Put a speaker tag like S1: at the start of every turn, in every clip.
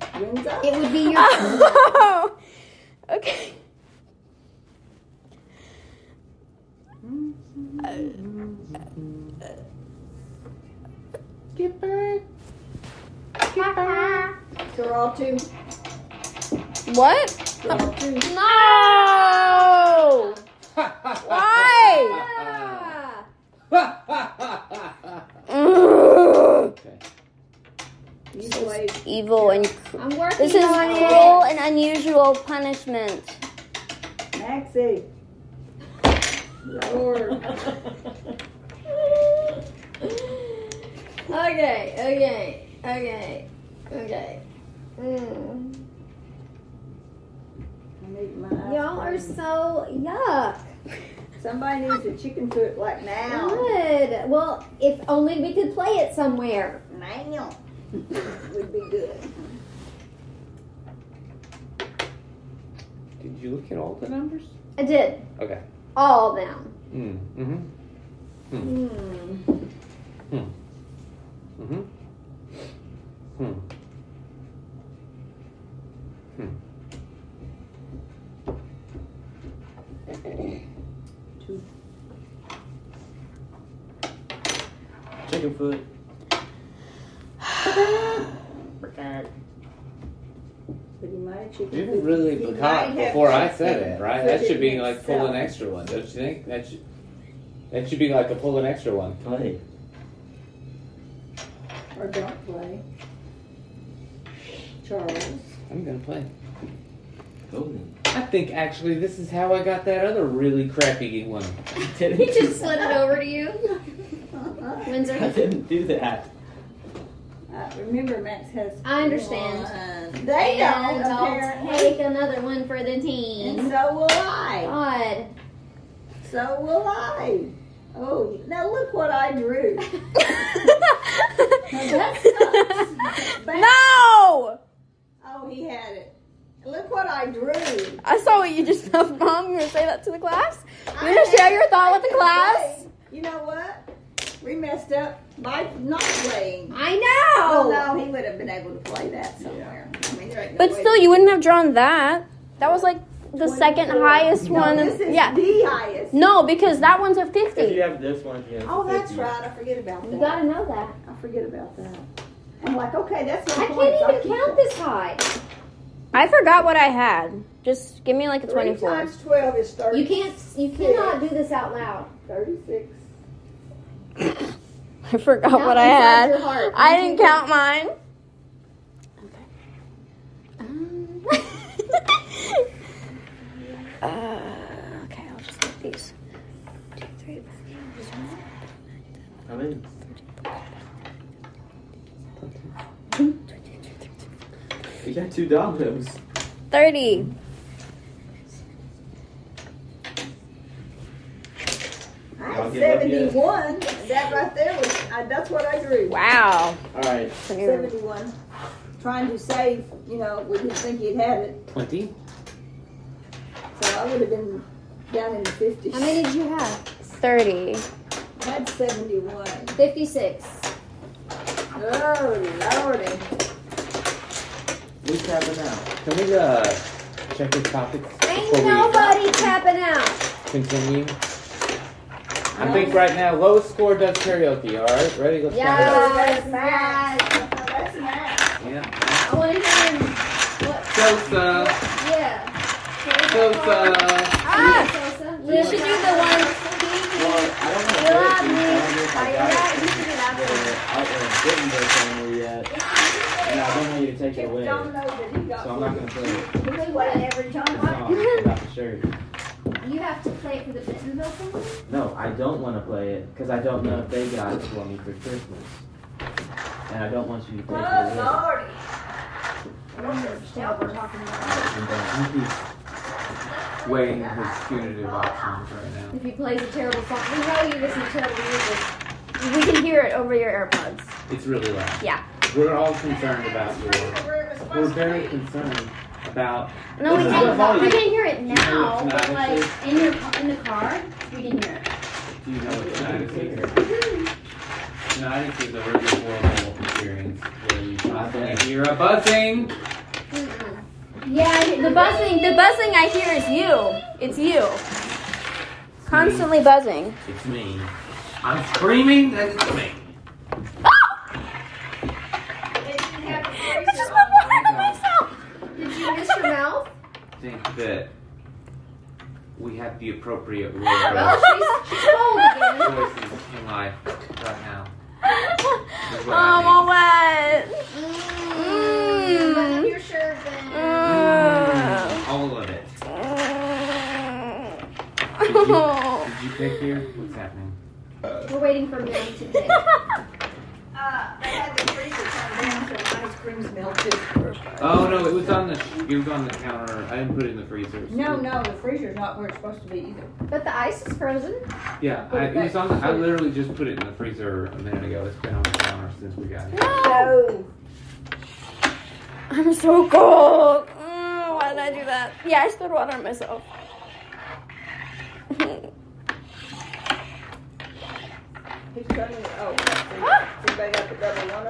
S1: It would be your.
S2: Oh, okay.
S3: Skipper.
S1: Girl two.
S2: What?
S1: Girl two.
S2: No! Why?
S1: Ah.
S2: Ugh.
S3: okay.
S1: You wait.
S2: Evil and cr-
S1: I'm working
S2: this is
S1: on
S2: cruel and unusual punishment.
S1: Maxie. Lord. Okay, okay, okay, okay. Mm. Y'all are so yuck.
S4: Somebody needs a chicken foot like now.
S1: Good. Well, if only we could play it somewhere.
S4: Now would be good.
S3: Did you look at all the numbers?
S1: I did.
S3: Okay.
S1: All of them.
S3: Mm. Mm-hmm.
S4: Hmm.
S3: Mm-hmm. Hmm.
S4: Two.
S3: Chicken foot.
S4: But he might have chicken
S3: You
S4: foot.
S3: didn't really
S4: He
S3: become
S4: might have
S3: before I
S4: chicken
S3: said it,
S4: foot
S3: right? That should be
S4: in
S3: like pull an
S4: itself.
S3: extra one, don't you think? That should that should be like a pull an extra one.
S5: Play.
S4: Or don't play. Charles.
S3: I'm gonna play.
S5: Go then.
S3: I think actually this is how I got that other really crappy one.
S1: He just slid it over to you,
S4: Uh-uh.
S5: I
S1: Windsor.
S5: didn't do that.
S4: Uh, remember, Max has.
S1: I understand.
S4: one. They don't.
S1: and I'll
S4: apparently.
S1: take another one for the
S4: And
S1: team.
S4: so will I.
S1: God.
S4: So will I. Oh, now look what I drew.
S2: no!
S4: Oh, he had it. Look what I drew.
S2: I saw what you just spelled wrong. You were gonna say that to the class? You
S4: I
S2: want to share
S4: had-
S2: your thought with the
S4: I
S2: class?
S4: didn't play. You know what? We messed up by not playing.
S1: I
S4: Oh,
S1: know.
S4: no, he would have been able to play that somewhere. I mean, there ain't no
S2: But
S4: way-
S2: still, you wouldn't have drawn that. That was like the second
S4: 24.
S2: highest
S4: No,
S2: one.
S4: This is
S2: yeah.
S4: the highest.
S2: No, because that one's a
S5: If
S2: 50.
S5: you have this one, you have
S4: Oh, that's
S5: 50.
S4: right. I forget about
S1: You
S4: that.
S1: gotta know that.
S4: I forget about that. I'm like, okay, that's no
S1: I
S4: points. I'll
S1: can't even
S4: keep
S1: count
S4: that.
S1: this high.
S2: I forgot what I had. Just give me like a
S4: Three
S2: 24.
S4: times 12 is 30.
S1: You can't. You cannot do this out loud.
S4: 36.
S2: I forgot
S1: Count
S2: what I
S1: inside
S2: had.
S1: your heart.
S2: I
S1: One,
S2: didn't
S1: two,
S2: count mine.
S1: Um,
S2: uh, okay, I'll just get these. Two, three, four, five, six,
S5: I mean, you got two dominoes.
S2: 30.
S4: I
S5: Y'all
S4: had
S5: give up yet?
S4: 71. That right there was, I, that's what I drew.
S2: Wow.
S5: All right.
S4: 71. Trying to save, you know, we didn't think he'd have it.
S3: Twenty?
S4: So I would have been down in the 50s.
S1: How many did you have?
S2: 30.
S4: That's 71.
S1: Fifty-six.
S4: Oh, Lordy.
S5: We tapping out.
S3: Can we uh check the topics
S1: Ain't
S3: before we
S1: nobody tapping out.
S3: continue? I think right now lowest score does karaoke, alright? Ready? Let's
S1: Yeah.
S3: go.
S1: that's
S4: That's nice.
S3: Yeah.
S1: I want to hear. What?
S3: Sosa.
S1: Yeah.
S3: uh, Sosa.
S2: Ah!
S1: We should do the one.
S5: Well, I don't know
S1: You love me.
S5: if I
S1: Yeah,
S5: got
S1: you should do that
S5: it
S1: one.
S5: or- I- or didn't go somewhere yet, and I don't want you to take it away,
S4: Don't
S5: so
S4: know that he got
S5: I'm not gonna play it.
S4: whatever John
S5: It's not about the shirt.
S1: You have to play it for the Bentonville thing.
S5: No, I don't want to play it because I don't know if they got it for me for Christmas, and I don't want you to take it away.
S4: Oh, Lordy. I don't understand what we're talking about.
S5: And don't- you keep-
S3: Weighing his punitive options right now.
S1: If he plays a terrible song, we know you listen to terrible music. We can hear it over your AirPods.
S3: It's really loud.
S2: Yeah.
S3: We're all concerned about your
S4: Where it was
S3: we're
S4: supposed to
S3: very
S4: be.
S3: concerned about
S1: No, we
S3: This is
S1: can.
S3: what volume.
S1: We can hear it
S3: You know
S1: now,
S3: it's
S1: but
S3: not
S1: like in your in the car, we can hear it.
S3: do you know what time it is? Tonight is a really horrible experience where you constantly hear a buzzing.
S1: We Yeah, the buzzing.
S2: The buzzing I hear is you. It's you. Constantly buzzing.
S3: It's me. I'm screaming that it's me.
S2: Oh! I just went water on myself!
S1: Did you miss your mouth?
S3: Think that we have the appropriate word
S1: Well,
S2: Oh,
S1: she's, she's cold again.
S3: voices in life right now.
S2: Oh, I'm wet. Mm.
S1: Button your shirt then.
S2: Mm.
S3: All of it. Did you,
S2: Oh.
S3: did you pick here? What's happening?
S1: We're waiting for Mary to get.
S4: Uh, they had the freezer come down, so the ice cream's melted.
S3: Oh no, it was on the it was on the counter. I didn't put it in the freezer.
S4: No, no, the freezer's not where it's supposed to be either.
S1: But the ice is frozen.
S3: Yeah, I, it was on. The, I literally just put it in the freezer a minute ago. It's been on the counter since we got it.
S4: No.
S2: I'm so cold. Mm, why did I do that? Yeah, I spilled water on myself.
S4: Who's turning it? Oh,
S2: Ah.
S4: that's- anybody got the double one?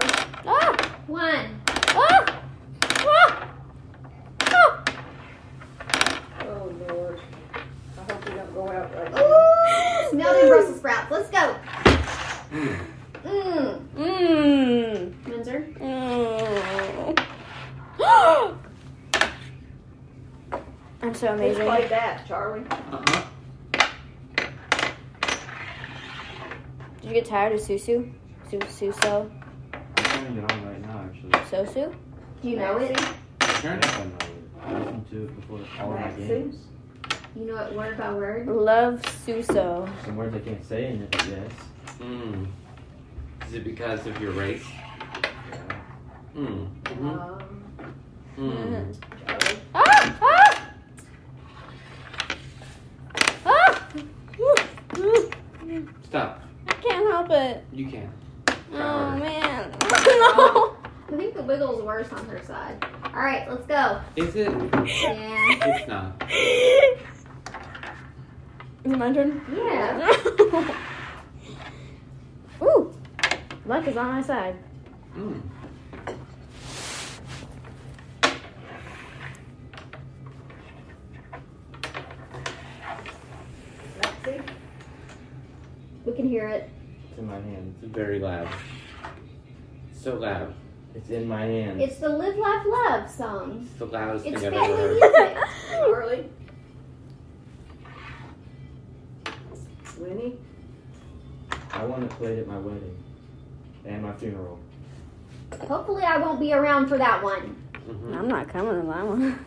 S2: Ah!
S1: One.
S2: Ah! Ah! Ah!
S4: Oh, Lord. I hope you don't go out right now.
S1: Ooh, smelling Brussels sprouts. Let's go. Mmm.
S2: Mmm.
S1: Windsor.
S2: Mm. Mmm. I'm so
S4: Who
S2: amazing.
S4: played that, Charlie?
S3: Uh-huh.
S2: Did you get tired of Susu? Su- Suso?
S3: I'm turning it on right now, actually.
S2: Sosu?
S1: Do you know it?
S3: Turn it on.
S5: I listened to it before all of my
S4: Maxi?
S5: games.
S1: You know it word by word.
S2: Love Suso.
S5: Some words I can't say in it, I guess.
S3: Mm. Is it because of your race?
S4: Oh,
S3: Mm. Mm.
S1: Um,
S3: Mm.
S4: Charlie?
S2: Ah! Ah! Ah!
S3: Stop.
S2: I can't help it.
S3: You can.
S2: Oh man. no.
S1: I think the wiggle's worse on her side. All right, let's go.
S3: Is it?
S1: Yeah.
S3: It's not.
S2: Is it my turn?
S1: Yeah.
S2: Ooh. Luck is on my side.
S3: Mm.
S4: Maxie?
S1: We can hear it.
S5: It's in my hand.
S3: It's very loud. So loud.
S5: It's in my hand.
S1: It's the Live Laugh Love song.
S3: It's the loudest
S1: It's
S3: thing I've ever
S1: family
S3: heard.
S1: music.
S4: Charlie? Winnie?
S5: I want it played at my wedding and my funeral.
S1: Hopefully, I won't be around for that one.
S3: Mm-hmm.
S2: I'm not coming to that one.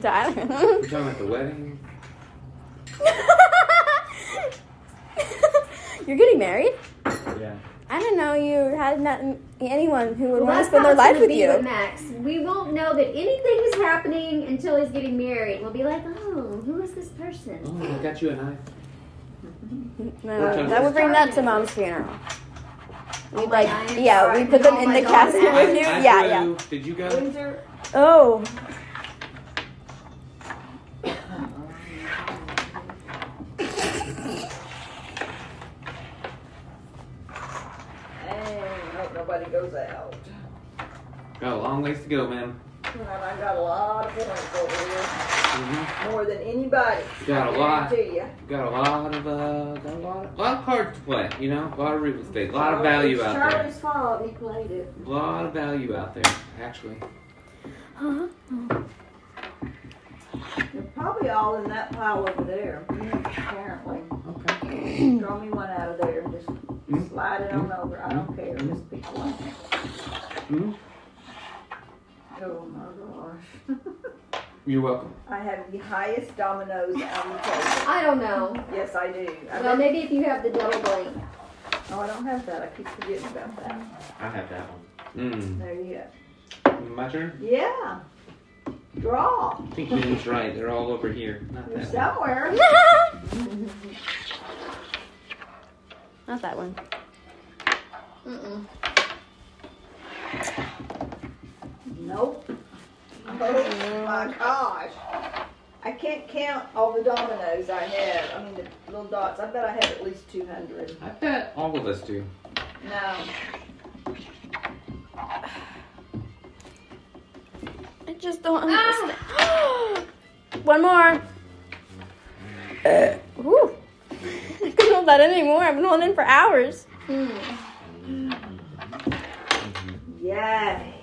S2: Tyler.
S3: You're talking about the wedding?
S2: You're getting married?
S5: Yeah.
S2: I didn't know you had nothing, anyone who would
S1: Well,
S2: want to
S1: that's
S2: spend their
S1: how it's
S2: life
S1: gonna
S2: with
S1: be
S2: you.
S1: With Max, we won't know that anything is happening until he's getting married. We'll be like, oh, who is this person?
S3: Oh, I got you a knife.
S2: No, that would bring that to mom's funeral.
S1: Oh
S2: We'd
S1: my
S2: like,
S1: God.
S2: yeah, we put them
S1: Oh
S2: in
S1: my
S2: the
S1: God,
S2: casket
S1: Max.
S2: with you.
S3: I
S2: Yeah, yeah.
S3: threw- Did you go?
S4: Windsor?
S2: Oh,
S4: Hey, I hope nobody goes out.
S3: Got a long ways to go, ma'am.
S4: And I got a lot of points over here.
S3: Mm-hmm.
S4: More than anybody.
S3: Got a lot.
S4: Guarantee ya.
S3: Got a lot of uh, got a lot, of, lot of cards to play. You know, a lot of real estate, a lot of value
S4: It's
S3: out there,
S4: Charlie's fault. He played it.
S3: a lot of value out there. Actually,
S2: Uh-huh.
S4: They're probably all in that pile over there. Apparently.
S3: okay.
S4: Draw me one out of there and
S3: Hmm?
S4: just slide it on over. I don't care. Just pick one.
S3: Mm. Hmm?
S4: Oh my gosh.
S3: You're welcome.
S4: I have the highest dominoes on the table.
S1: I don't know.
S4: Yes, I do. I
S1: Well,
S4: bet-
S1: maybe if you have the double blank.
S4: oh, I don't have that. I keep forgetting about that.
S5: I have that one.
S3: Mm.
S4: There you go.
S3: My turn.
S4: Yeah. Draw.
S3: I think Ben's right. They're all over here. Not
S4: You're
S3: that. one.
S4: somewhere.
S2: not that one.
S1: Mm-mm.
S4: Nope. Oh my gosh. I can't count all the dominoes I have. I mean, the little dots. I bet I have at least 200.
S3: I bet all of us do.
S4: No.
S2: It just don't
S1: Ah.
S2: understand. One more. Uh, Ooh. I couldn't hold that in anymore. I've been holding in for hours.
S4: Yay.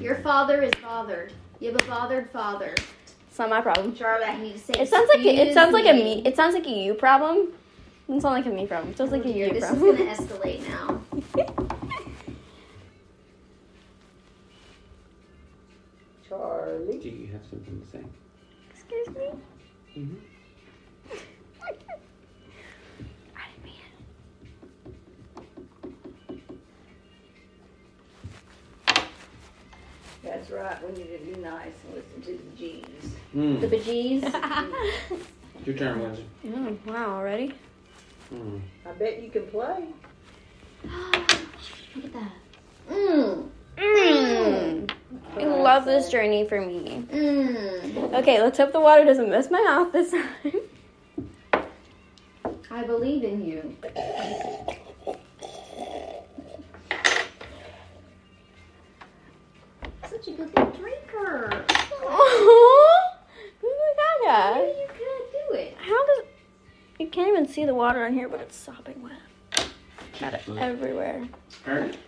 S1: Your father is bothered. You have a bothered father.
S2: It's not my problem.
S1: Charlotte, I need to say
S2: It sounds like a, it sounds like a
S1: "Excuse
S2: me. It sounds like a you problem. It doesn't sound like a me problem. It sounds
S1: Oh
S2: like a
S1: dear,
S2: you
S1: this is
S2: problem.
S1: gonna escalate now.
S4: Charlie.
S3: Do you have something to say?
S2: Excuse me.
S3: Mhm.
S2: I didn't mean it.
S4: That's right. We need to be nice and listen to the G's.
S1: The
S3: Mm.
S1: bejeez.
S3: Your turn, Winston.
S2: Oh, wow, already?
S3: Mm.
S4: I bet you can play.
S1: Look at that. Mmm.
S2: Mmm. I love this journey for me.
S1: Mmm.
S2: Okay, let's hope the water doesn't mess my mouth this time.
S1: I believe in you. Such a good little drinker.
S2: Oh,
S1: How do
S2: Gaga.
S1: you could do it?
S2: How does you can't even see the water on here, but it's sopping wet. Got it everywhere.
S3: Alright.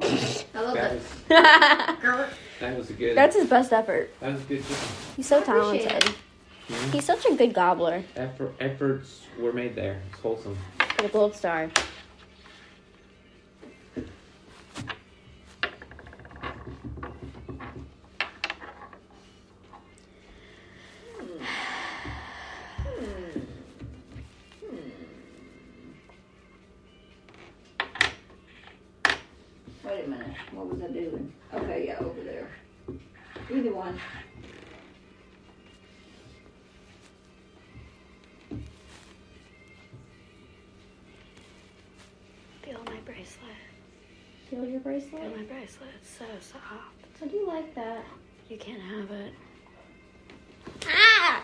S1: I love
S3: That
S1: it.
S3: was,
S2: That's
S3: that was a good.
S2: his best effort.
S3: that was a good. job.
S2: He's so
S1: I appreciate
S2: talented. He's such a good gobbler.
S3: Effort, efforts were made there. It's wholesome.
S2: Get a gold star.
S4: Wait a minute. What was I doing? Okay, yeah, over there. Either one.
S2: Feel my bracelet.
S1: Feel your bracelet?
S2: Oh my bracelet. It's so soft.
S1: I do like that.
S2: You can't have it. Ah!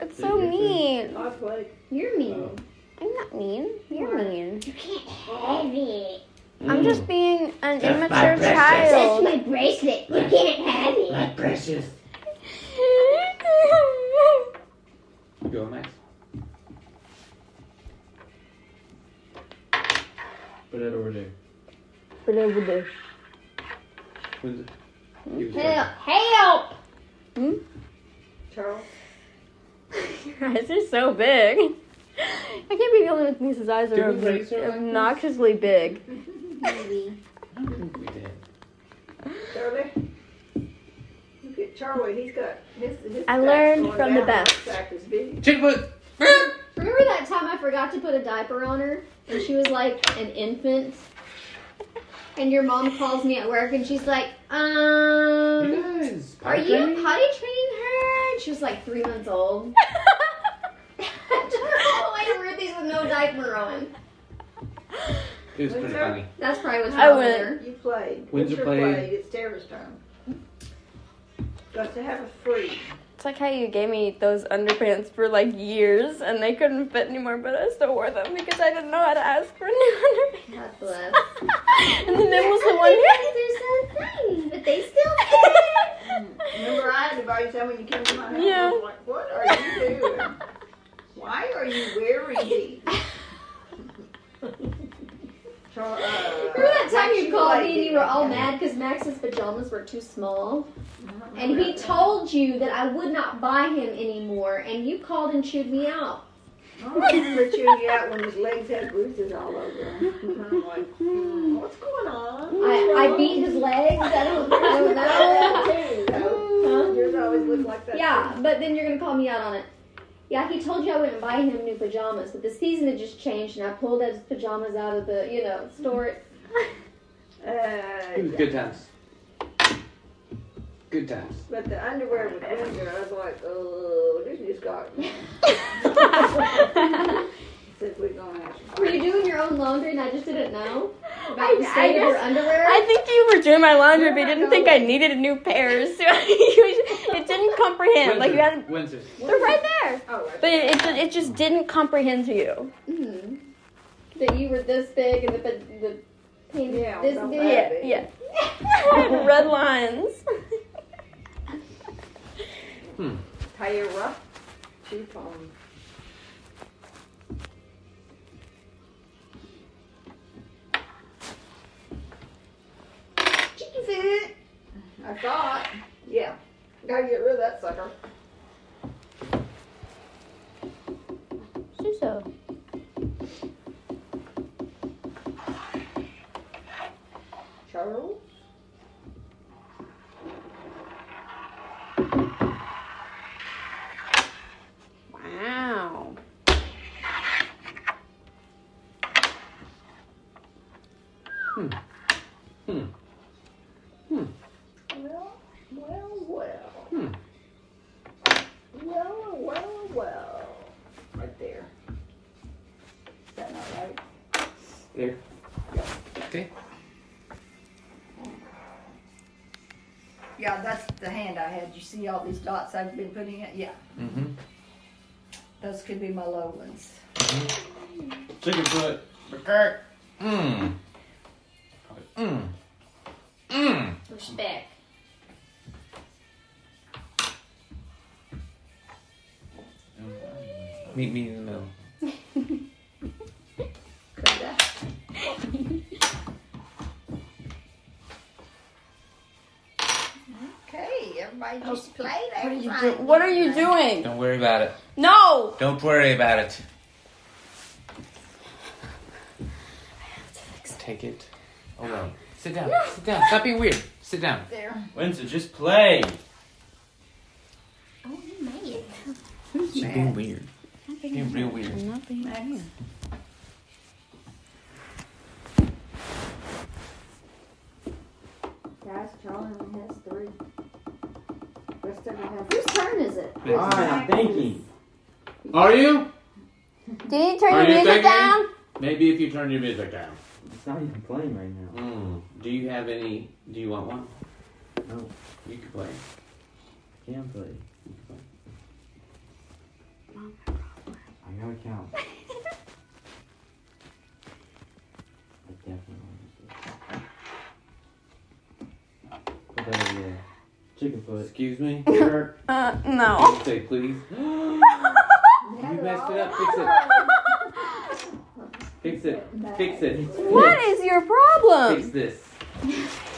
S2: It's so
S6: Did you
S2: mean.
S4: I played.
S1: You're mean.
S2: I'm not mean. You're
S1: What?
S2: mean.
S1: You can't have it.
S2: I'm just
S5: Mm.
S2: being an
S6: That's my
S2: immature
S6: precious.
S2: child.
S1: my bracelet. You can't have it.
S6: precious.
S3: You go, Max.
S6: Put it over there.
S3: Winston. You was
S1: Help! Help!
S4: Charles.
S2: Your eyes are so big. I can't be dealing with me. His eyes
S3: Did
S2: are
S3: we raise her like this?
S2: obnoxiously big.
S1: Maybe.
S3: I don't think we did.
S4: Charlie. Look at Charlie. He's got his. his
S2: I
S4: stack's
S2: learned
S4: going
S2: from the
S4: down. His
S2: best.
S4: stack is big.
S3: Chickfoot!
S1: Remember that time I forgot to put a diaper on her and she was like an infant? And your mom calls me at work and she's like,
S3: You
S1: um,
S3: guys.
S1: are
S3: potty
S1: you
S3: training?
S1: potty training her? And she was like three months old. I took her all the way to Ruthie's with no diaper on.
S3: It was pretty
S4: Windsor?
S3: funny.
S1: That's probably what's
S2: I
S1: wrong with
S2: went-
S1: her.
S4: You played.
S3: Windsor
S4: Windsor
S3: played.
S4: It's Tara's turn. Got to have a free.
S2: It's like how you gave me those underpants for like years and they couldn't fit anymore, but I still wore them because I didn't know how to ask for new
S1: God bless.
S2: underpants. and the man was the one.
S1: There's no thing, but they still
S4: Remember, I had to buy you some when you came to my house.
S2: Yeah.
S4: I was like, what are you doing? Why are you wearing these? Char- uh,
S1: Remember that time you
S4: she
S1: called
S4: played
S1: me and you
S4: these.
S1: were all mad because Max's pajamas were too small? And he told you that I would not buy him anymore, and you called and chewed me out.
S4: I remember chewing you out when his legs had bruises all over him. And I'm like, hmm, what's going on?
S1: I, I beat his legs. I don't, I don't know.
S4: That too, though.
S1: Huh?
S4: "Oh." Yours always look like that.
S1: Yeah, but then you're gonna call me out on it. Yeah, he told you I wouldn't buy him new pajamas, but the season had just changed, and I pulled his pajamas out of the, you know, store.
S4: too. Uh,
S3: It was good times. Good times.
S4: But the underwear with Windsor, I was like, oh, this just got me. Said we're gonna have to.
S1: Were you doing your own laundry, and I just didn't know about
S2: I-
S1: the
S2: I
S1: state of your
S2: just-
S1: underwear?
S2: I think you were doing my laundry, but you
S4: Where am I
S2: didn't think I
S4: going?
S2: needed a new pair. So you- it didn't comprehend. Like you had,
S3: Windsor.
S2: they're right there.
S4: Oh, right.
S2: But it, it, it just didn't comprehend to you.
S1: Mhm. that you were this big, and the pa- the pants
S4: Yeah,
S1: this
S4: I'm
S1: big.
S4: glad.
S2: Yeah, yeah. I had red lines.
S3: Hmm.
S4: Tyra. She from. Chicken food. I thought. Yeah. Gotta get rid of that sucker.
S2: Suso.
S4: Charles.
S2: Wow.
S4: Well, well, well.
S3: Hmm.
S4: Well, well, well. Right there. Is that not right?
S3: There. Okay.
S4: Yeah, that's the hand I had. You see all these dots I've been putting in? Yeah,
S3: Mm-hmm.
S4: those could be my low ones.
S6: Chicken foot.
S3: Mmm. Mmm. Mmm.
S1: Respect.
S3: Meet me in the middle.
S4: Could that? okay, everybody just play
S2: What are
S4: there.
S2: you, do- what are you doing?
S3: Don't worry about it.
S2: No!
S3: Don't worry about it. Take it away. Sit down. Sit down. Stop being weird. Sit down.
S4: There.
S6: Winston, just play.
S1: Oh, you made it.
S3: She's being weird. Being real weird.
S4: Max.
S1: Guys, Charlie only has three. Rest of them have. Whose turn is it?
S6: All right, I'm thinking.
S3: Are you?
S2: Did you turn
S3: Are
S2: your
S3: you
S2: music
S3: thinking?
S2: down?
S3: Maybe if you turn your music down.
S6: It's not even playing right now.
S3: Mm. Do you have any? Do you want one?
S6: No.
S3: You can play.
S6: Can play. I gotta count. I definitely want to do it. Put that over there. Chicken foot.
S3: Excuse me.
S6: Jerk.
S2: Uh, no.
S3: Say please. you messed it up. Fix it. Fix it. Fix it.
S2: What is your
S3: Fix
S2: problem?
S3: this.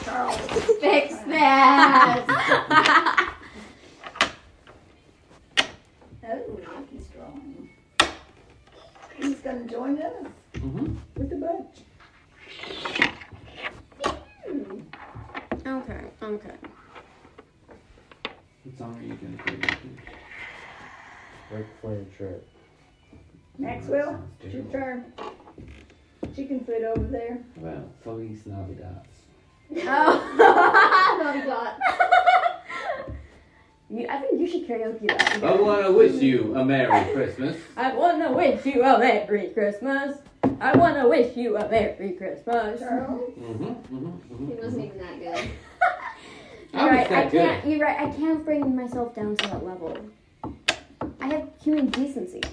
S4: Charles.
S1: Fix that.
S4: Oh, look, he's drawing. He's gonna join us
S3: Mm-hmm.
S4: with the bunch.
S2: Okay, okay.
S3: What song are you gonna do?
S6: Right player trip.
S4: Maxwell, it's your turn. Chicken foot over there.
S3: Well, Feliz Navidad.
S1: Oh, no, God.
S2: You, I think you should karaoke that.
S3: I want to wish you a Merry Christmas.
S2: I wanna wish you a Merry Christmas. I wanna wish you a Merry Christmas.
S4: Charles.
S3: Mm-hmm. Mm-hmm.
S1: He
S3: mm-hmm.
S1: wasn't even that good.
S2: You're
S3: I was
S2: right.
S3: that
S2: I
S3: good.
S2: can't. You're right. I can't bring myself down to that level. I have human decency. I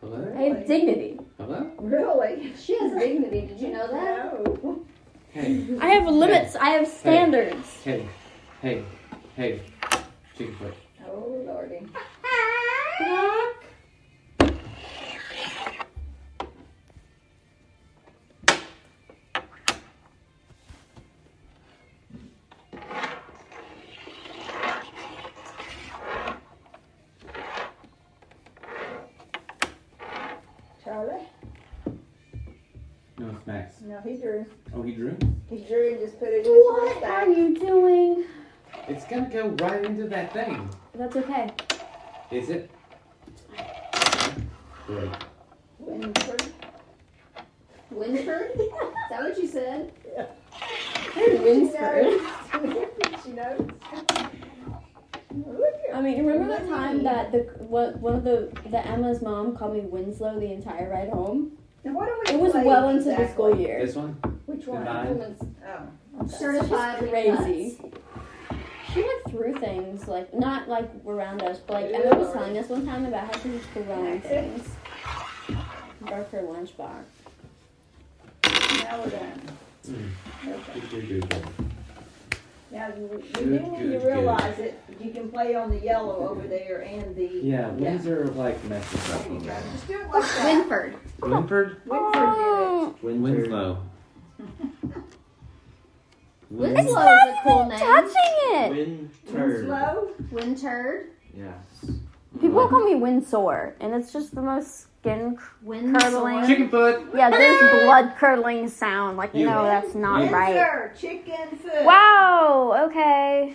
S3: Hello?
S2: have dignity.
S3: Hello?
S4: Really?
S1: She has dignity. Did you know that?
S4: No.
S3: Hey,
S2: I have limits. I have standards.
S3: hey, hey, hey. Chicken foot.
S4: Oh, Lordy. Charlie?
S3: No, it's Max.
S4: No, he drew.
S3: Oh, he drew?
S4: He drew and just put it in his
S2: What are
S4: bag.
S2: you doing?
S3: It's gonna go right into that thing.
S2: That's okay.
S3: Is it? Great.
S4: Winford.
S1: Winford? Is that what you said?
S4: She knows. she knows. Look
S2: I
S4: at
S2: mean, remember that time that the what one of the the Emma's mom called me Winslow the entire ride home?
S4: Now, why don't we
S2: It was
S4: play
S2: well into the
S4: exactly?
S2: school year.
S3: This one?
S4: Which
S3: The
S4: one?
S3: nine?
S1: Woman's
S4: Oh.
S1: certified
S2: Crazy. She went through things like not like around us, but like
S4: Ew.
S2: Emma was telling us one time about how she was throwing things. Broke her lunchbox.
S4: Now we're done.
S3: You do good.
S4: Now, you you do need to realize that you can play on the yellow over there and the.
S5: Yeah, Windsor like messes up. a
S4: There you go.
S5: lot.
S4: Just do it like that.
S1: Winford.
S3: Winford?
S4: Winford
S2: Oh.
S4: did it.
S5: Windsor.
S3: Winslow.
S1: Winslow's
S2: It's
S1: a
S2: not
S1: cool
S2: even
S1: name.
S2: touching it.
S5: Winter.
S4: Slow.
S1: Winter.
S5: Yes.
S2: People call me Windsor, and it's just the most skin. Cr-
S1: Windsor.
S3: Chicken foot.
S2: yeah, there's blood curdling sound. Like
S5: You-
S2: no, that's not
S5: you-
S2: right.
S4: Windsor, Chicken foot.
S2: Wow. Okay.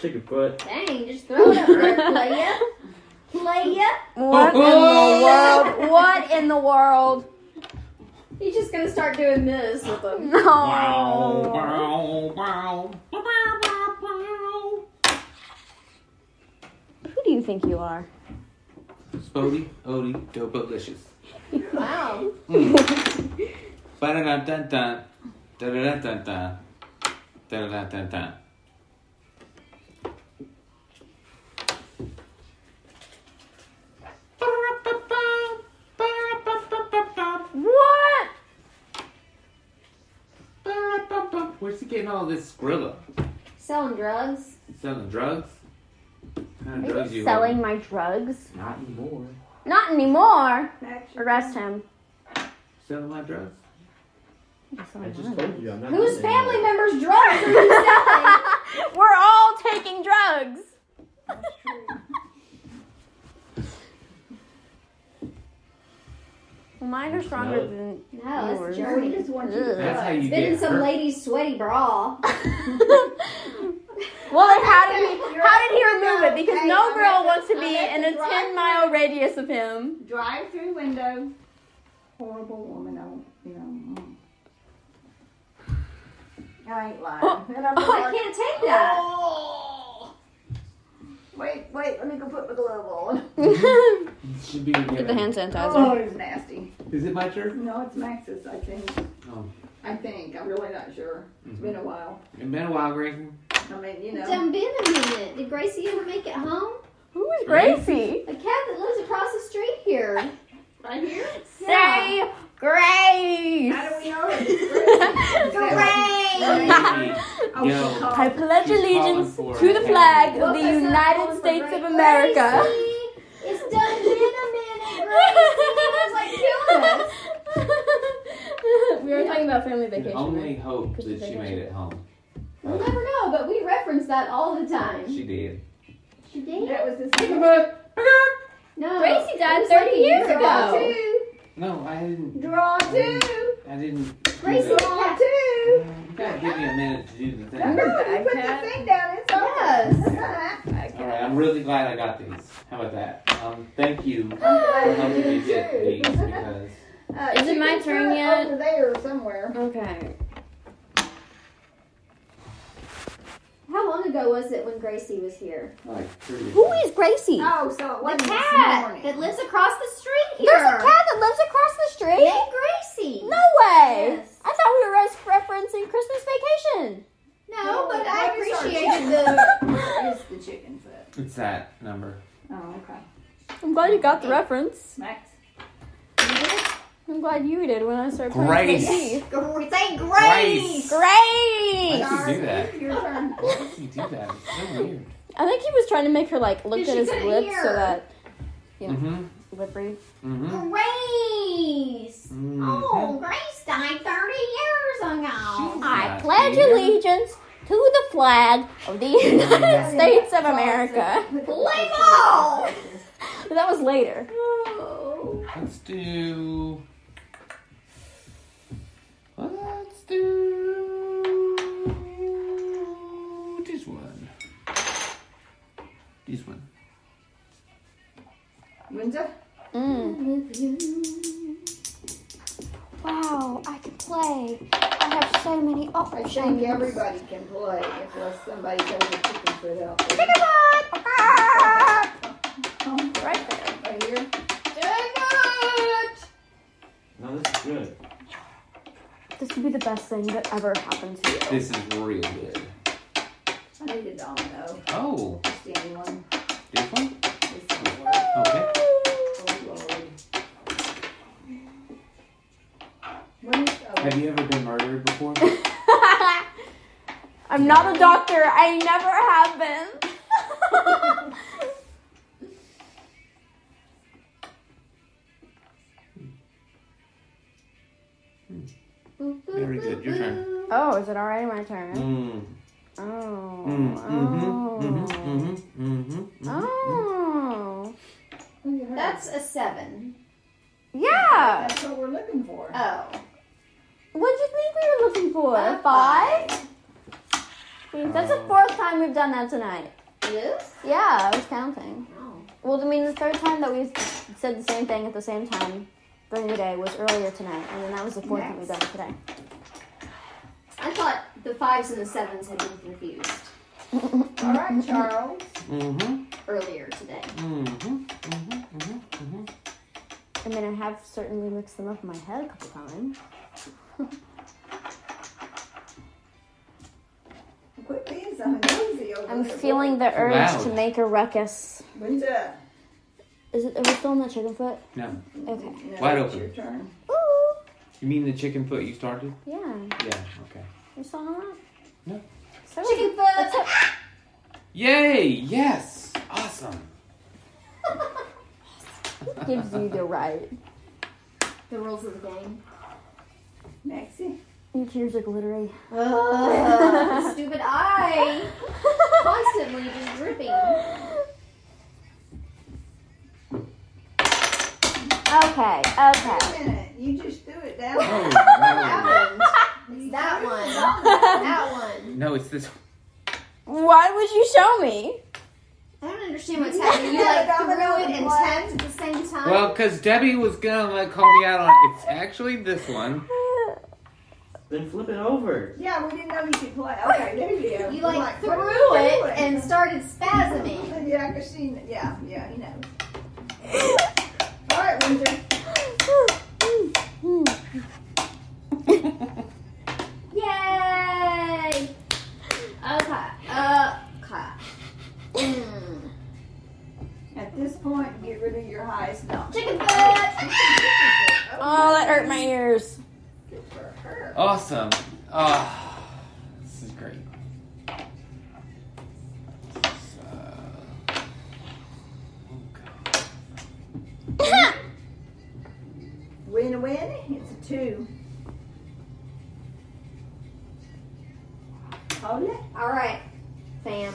S6: Chicken foot.
S1: Dang, just throw it up there, playa. Playa.
S2: What in the world? What in the world?
S1: He's just gonna start doing this with them.
S2: No. Who do you think you are?
S3: Spody, Odie, Mm. Dope-Licious.
S1: Wow.
S3: Ba-da-da-dun-dun. Da-da-da-dun-dun. Da-da-da-dun-dun.
S2: What?
S3: Where's he getting all this Skrilla?
S1: Selling drugs.
S3: Selling drugs? What kind of
S2: Are
S3: drugs
S2: you
S3: you
S2: selling my drugs?
S5: Not anymore.
S2: Not anymore.
S4: That's your-
S2: Arrest him.
S3: Selling my drugs?
S2: Oh
S6: I just told you I'm not.
S1: Whose
S6: doing
S1: family
S6: it.
S1: members' drugs are you selling?
S2: We're all taking drugs. Well, Mine are stronger
S6: No.
S2: than
S1: No,
S2: Yours.
S1: that's Journey. Just want you to
S3: That's
S1: know.
S3: how you
S1: It's
S3: get
S1: been in some
S3: hurt.
S1: lady's sweaty bra.
S2: well, then how did he how did he remove it? Because
S4: Okay,
S2: no
S4: I'm
S2: girl
S4: at the-
S2: wants to
S4: I'm
S2: be
S4: at
S2: in
S4: the
S2: a ten
S4: drive-thru.
S2: mile radius of him.
S4: Drive-through window. Horrible woman. I don't, you know. mm. I ain't lying.
S2: Oh.
S4: And I'm
S1: Oh, I
S4: like,
S1: can't take that.
S4: "Oh." Wait, wait. Let me go put my glove on.
S2: Get
S3: Should be Get
S2: the hand sanitizer.
S4: Oh, it's nasty.
S3: Is it my turn?
S4: No, it's Max's. I think.
S3: Oh. Mm-hmm.
S4: I think. I'm really not sure. It's been a while.
S3: It's been a while, Grayson.
S4: I mean, you
S1: It's
S4: know.
S1: done been a minute. Did Gracie ever make it home?
S2: Who is Gracie?
S1: The cat that lives across the street here.
S4: Right here.
S2: Say Grace.
S4: How do we know? It's
S2: Grace.
S4: Oh,
S3: Yo.
S4: call.
S2: I pledge
S3: She's
S2: allegiance
S3: calling for
S2: to the
S3: it.
S2: flag of
S1: Well,
S2: the
S1: that's not
S2: United
S1: calling for
S2: States of
S1: great
S2: America.
S1: Gracie, it's done been a minute, Gracie. You was like,
S2: we were talking about family
S3: The
S2: vacation.
S3: only
S2: right?
S3: hope
S2: Cause
S3: that
S2: she's
S3: she
S2: vacation.
S3: made it home.
S1: We'll never know, but we reference that all the time.
S3: She did.
S1: She did?
S4: That was the
S3: Chicken
S4: second
S3: foot.
S1: No.
S2: Gracie died
S1: It was
S2: 30
S1: like a
S2: years
S1: year
S2: ago.
S1: too.
S3: No, I didn't.
S4: Draw two.
S3: I didn't. do
S1: Gracie
S3: that.
S4: Draw
S1: got
S4: two.
S3: You gotta give me a minute to do the thing.
S4: No,
S2: Remember
S4: you put
S2: Bagcat?
S4: the thing down. It's over.
S1: Yes.
S4: That's all right.
S3: All right, I'm really glad I got these. How about that? Um, thank you for helping me get these because
S4: Uh,
S2: Is it
S4: you
S2: my
S4: can
S2: turn
S4: put it
S2: yet?
S4: Over there somewhere.
S2: Okay.
S1: How long ago was it when Gracie was here?
S3: like three.
S2: Who is Gracie?
S4: Oh, so it
S1: The
S4: wasn't this
S1: cat
S4: morning.
S1: that lives across the street here.
S2: There's a cat that lives across the street.
S1: Named Gracie.
S2: No way.
S1: Yes.
S2: I thought we were res- referencing Christmas vacation.
S1: No,
S4: Well,
S1: but I
S4: what is our
S1: appreciated
S4: chicken
S1: the.
S4: foot? Where is the chicken foot?
S3: It's that number.
S4: Oh, okay.
S2: I'm glad you got the reference.
S4: Max.
S2: I'm glad you did when I started playing
S3: Grace.
S2: KC.
S1: Say Grace.
S2: Grace.
S3: Why did you do that?
S4: Your turn.
S3: Why did you do that? It's so weird.
S2: I think he was trying to make her like look
S1: Because
S2: at
S1: she
S2: his
S1: couldn't
S2: lips so
S1: hear.
S2: that Yeah.
S3: Mhm.
S2: lip read.
S3: Mhm.
S1: Grace.
S2: Hmm.
S3: Mhm.
S1: Oh, Grace died 30 years ago.
S2: I
S3: Yeah,
S2: pledge
S3: yeah.
S2: allegiance to the flag of the United States of America.
S1: Play ball.
S2: That was later.
S3: Mm-hmm. Let's do. Let's do this one. This one.
S4: Windsor.
S2: Mm. Wow, I can play. I have so many
S4: I
S2: awful
S4: think
S2: things.
S4: everybody can play unless somebody tells a chicken foot out.
S2: Chicken butt! Ah! Right there.
S4: Right here.
S6: No, this is good.
S2: This would be the best thing that ever happened to you.
S3: This is real good.
S4: I need a domino.
S3: Oh,
S4: Just anyone.
S3: this one?
S4: This will work.
S3: Okay.
S4: Oh, Lord. When is, oh,
S3: Have you ever been murdered before?
S2: I'm not a doctor. I never have been.
S3: Very good. Your turn.
S2: oh, is it already my turn?
S3: Mm.
S2: Oh.
S3: Mm.
S2: oh.
S3: Mm-hmm. Mm-hmm. Mm-hmm. Mm-hmm.
S2: Oh.
S4: look at her.
S1: That's a seven.
S2: Yeah.
S4: That's what we're looking for.
S1: Oh.
S2: What did you think we were looking for?
S1: A
S2: A five? I mean, That's the
S3: Oh.
S2: fourth time we've done that tonight.
S1: It is?
S2: Yeah, I was counting.
S1: Oh.
S2: Well, I mean, the third time that we said the same thing at the same time during the day was earlier tonight, and then that was the fourth time we've done it today.
S1: I thought the fives and the sevens had been confused
S4: All right, Charles.
S3: Mm-hmm.
S1: earlier today.
S3: Mm-hmm. Mm-hmm. Mm-hmm.
S2: I mean, I have certainly mixed them up in my head a couple times.
S4: Quit being so nosy over
S2: I'm
S4: there.
S2: feeling the urge
S3: Loud.
S2: to make a ruckus.
S4: When's that?
S2: Is it? Are we still on the chicken foot?
S3: No.
S2: Okay.
S4: No,
S3: Wide
S4: it's
S3: open.
S4: Your turn.
S2: Ooh.
S3: You mean the chicken foot you started?
S2: Yeah.
S3: Yeah. Okay.
S2: You still on that?
S3: No.
S2: So
S1: Chicken foot!
S2: Let's hope-
S3: Yay! Yes. Awesome.
S2: gives you the right.
S1: The rules of the game.
S4: Maxie.
S2: Your tears are glittery.
S1: Ugh, stupid eye! Constantly just dripping.
S2: Okay. Okay.
S4: Wait a minute. You just threw it down.
S3: Oh, no.
S1: That one. It's that one. That one.
S3: no, it's this.
S2: Why would you show me?
S1: I don't understand what's happening. You like threw it and tapped at the same time.
S3: Well, because Debbie was gonna like call me out on. It's actually this one.
S6: Then flip it over.
S4: Yeah, we didn't know you could play. Okay, there you go.
S1: you
S4: We're
S1: like,
S4: what are
S1: threw
S4: you
S1: it
S4: doing?
S1: and started spasming.
S4: Yeah, Christine. Yeah, yeah, you know. All right, Windsor.
S1: Yay! Okay. Uh, okay. Mm.
S4: At this point, get rid of your highest number.
S1: Chicken foot!
S2: Oh, that hurt my ears.
S3: Awesome. Ah, this is great. So, oh okay.
S4: Win, win. It's a two. Hold it.
S1: Alright, fam.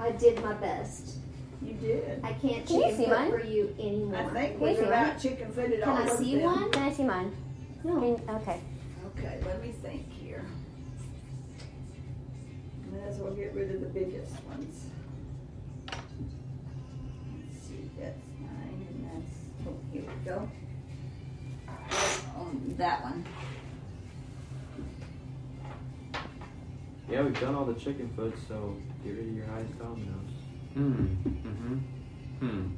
S1: I did my best.
S4: You did.
S1: I can't
S2: Can you
S1: chicken
S2: see
S1: foot
S2: mine?
S1: for you anymore.
S4: I think
S2: Wait,
S4: we're
S2: you
S4: about chicken footed
S1: Can
S4: all
S1: I
S4: over
S1: see
S4: them.
S1: one?
S2: Can I see mine? I
S1: No.
S2: mean, okay.
S4: Okay, let me think here. Might as well get rid of the biggest ones. Let's see, that's nine, and that's, oh, here we go. On that one.
S6: Yeah, we've done all the chicken foot, so get rid of your highest dominoes.
S3: Hmm. Mm-hmm. Hmm.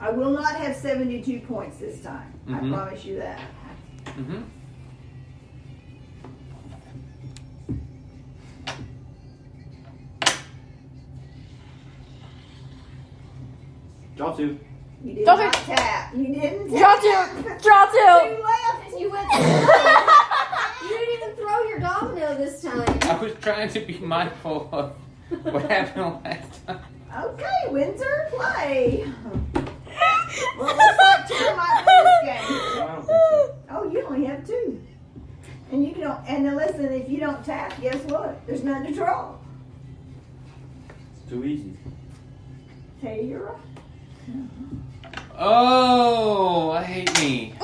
S4: I will not have seventy-two points this time. I
S3: Mhm.
S4: promise you that.
S3: Mm-hmm.
S6: Draw two.
S4: You did
S2: Don't
S4: not
S2: hurt-
S4: tap. You didn't
S2: Draw
S4: tap.
S2: two. Draw two.
S4: You left.
S1: You went. you didn't even throw your domino this time.
S3: I was trying to be mindful of what happened last time.
S4: Okay, Windsor, play. Well, looks like two of my biggest games.
S6: No, I don't think so.
S4: Oh, you only have two. And you don't, and then listen, if you don't tap, guess what? There's nothing to draw.
S6: It's too easy.
S4: Hey, you're right.
S3: Oh, I hate me.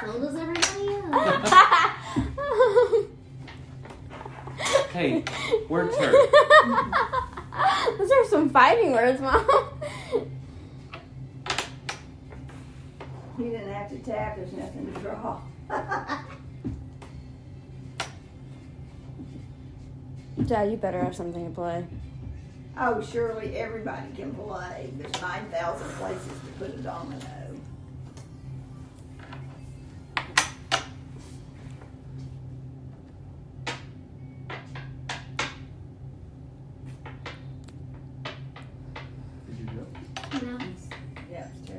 S1: So does everybody else.
S3: Hey, words hurt.
S2: hurt. Those are some fighting words, Mom.
S4: You didn't have to tap, there's nothing to draw.
S2: Dad, you better have something to play.
S4: Oh, surely everybody can play. There's nine thousand places to put a domino.
S6: Did you go?
S1: No.
S4: Yeah, it's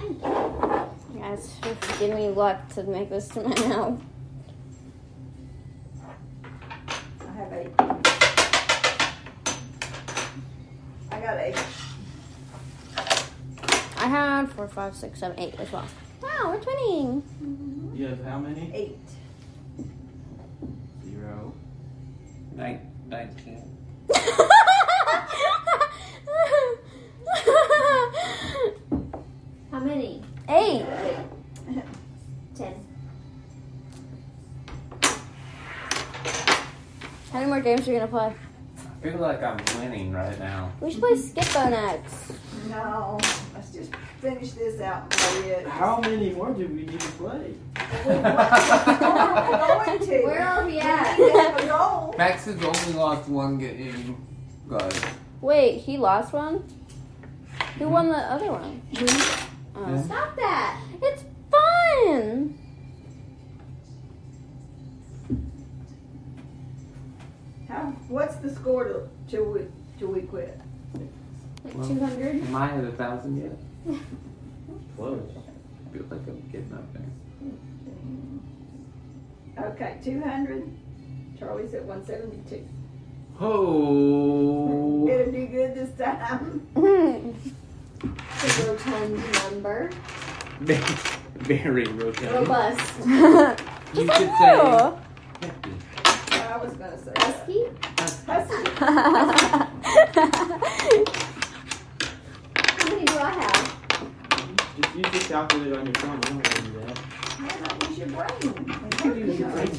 S4: terrible.
S2: Guys, give me luck to make this to my mouth.
S4: I have eight. I got eight.
S2: I had four, five, six, seven, eight as well. Wow, we're twinning.
S6: You have how many?
S4: Eight.
S6: Zero.
S3: Nine, nineteen.
S1: How many?
S2: eight.
S1: Ten.
S2: How many more games are you gonna play?
S3: I feel like I'm winning right now.
S2: We should play Skippo next.
S4: No, let's just finish this out for you.
S6: How many more do we need to play?
S4: We're going to.
S1: Where are we at?
S4: We have a goal.
S7: Max has only lost one game, guys.
S2: Wait, he lost one? Who won the other one? Oh.
S1: Stop that!
S2: It's fun!
S4: How, what's the score till, till we till we quit?
S1: Like
S3: Well.
S1: 200?
S3: Am I at a thousand yet?
S6: Close.
S3: I feel like I'm getting up there.
S4: Okay, two hundred. Charlie's at one seventy two.
S3: Oh.
S4: It'll do good this time.
S1: It's a rotund number.
S3: Very rotating.
S1: Robust.
S3: You could say fifty.
S4: Well, I was gonna say. that.
S1: Husky?
S4: Husky.
S1: How many do I have?
S6: Just use the calculator on your phone. I don't want to do that.
S4: Why not use your brain? It
S6: can use your brain.
S4: does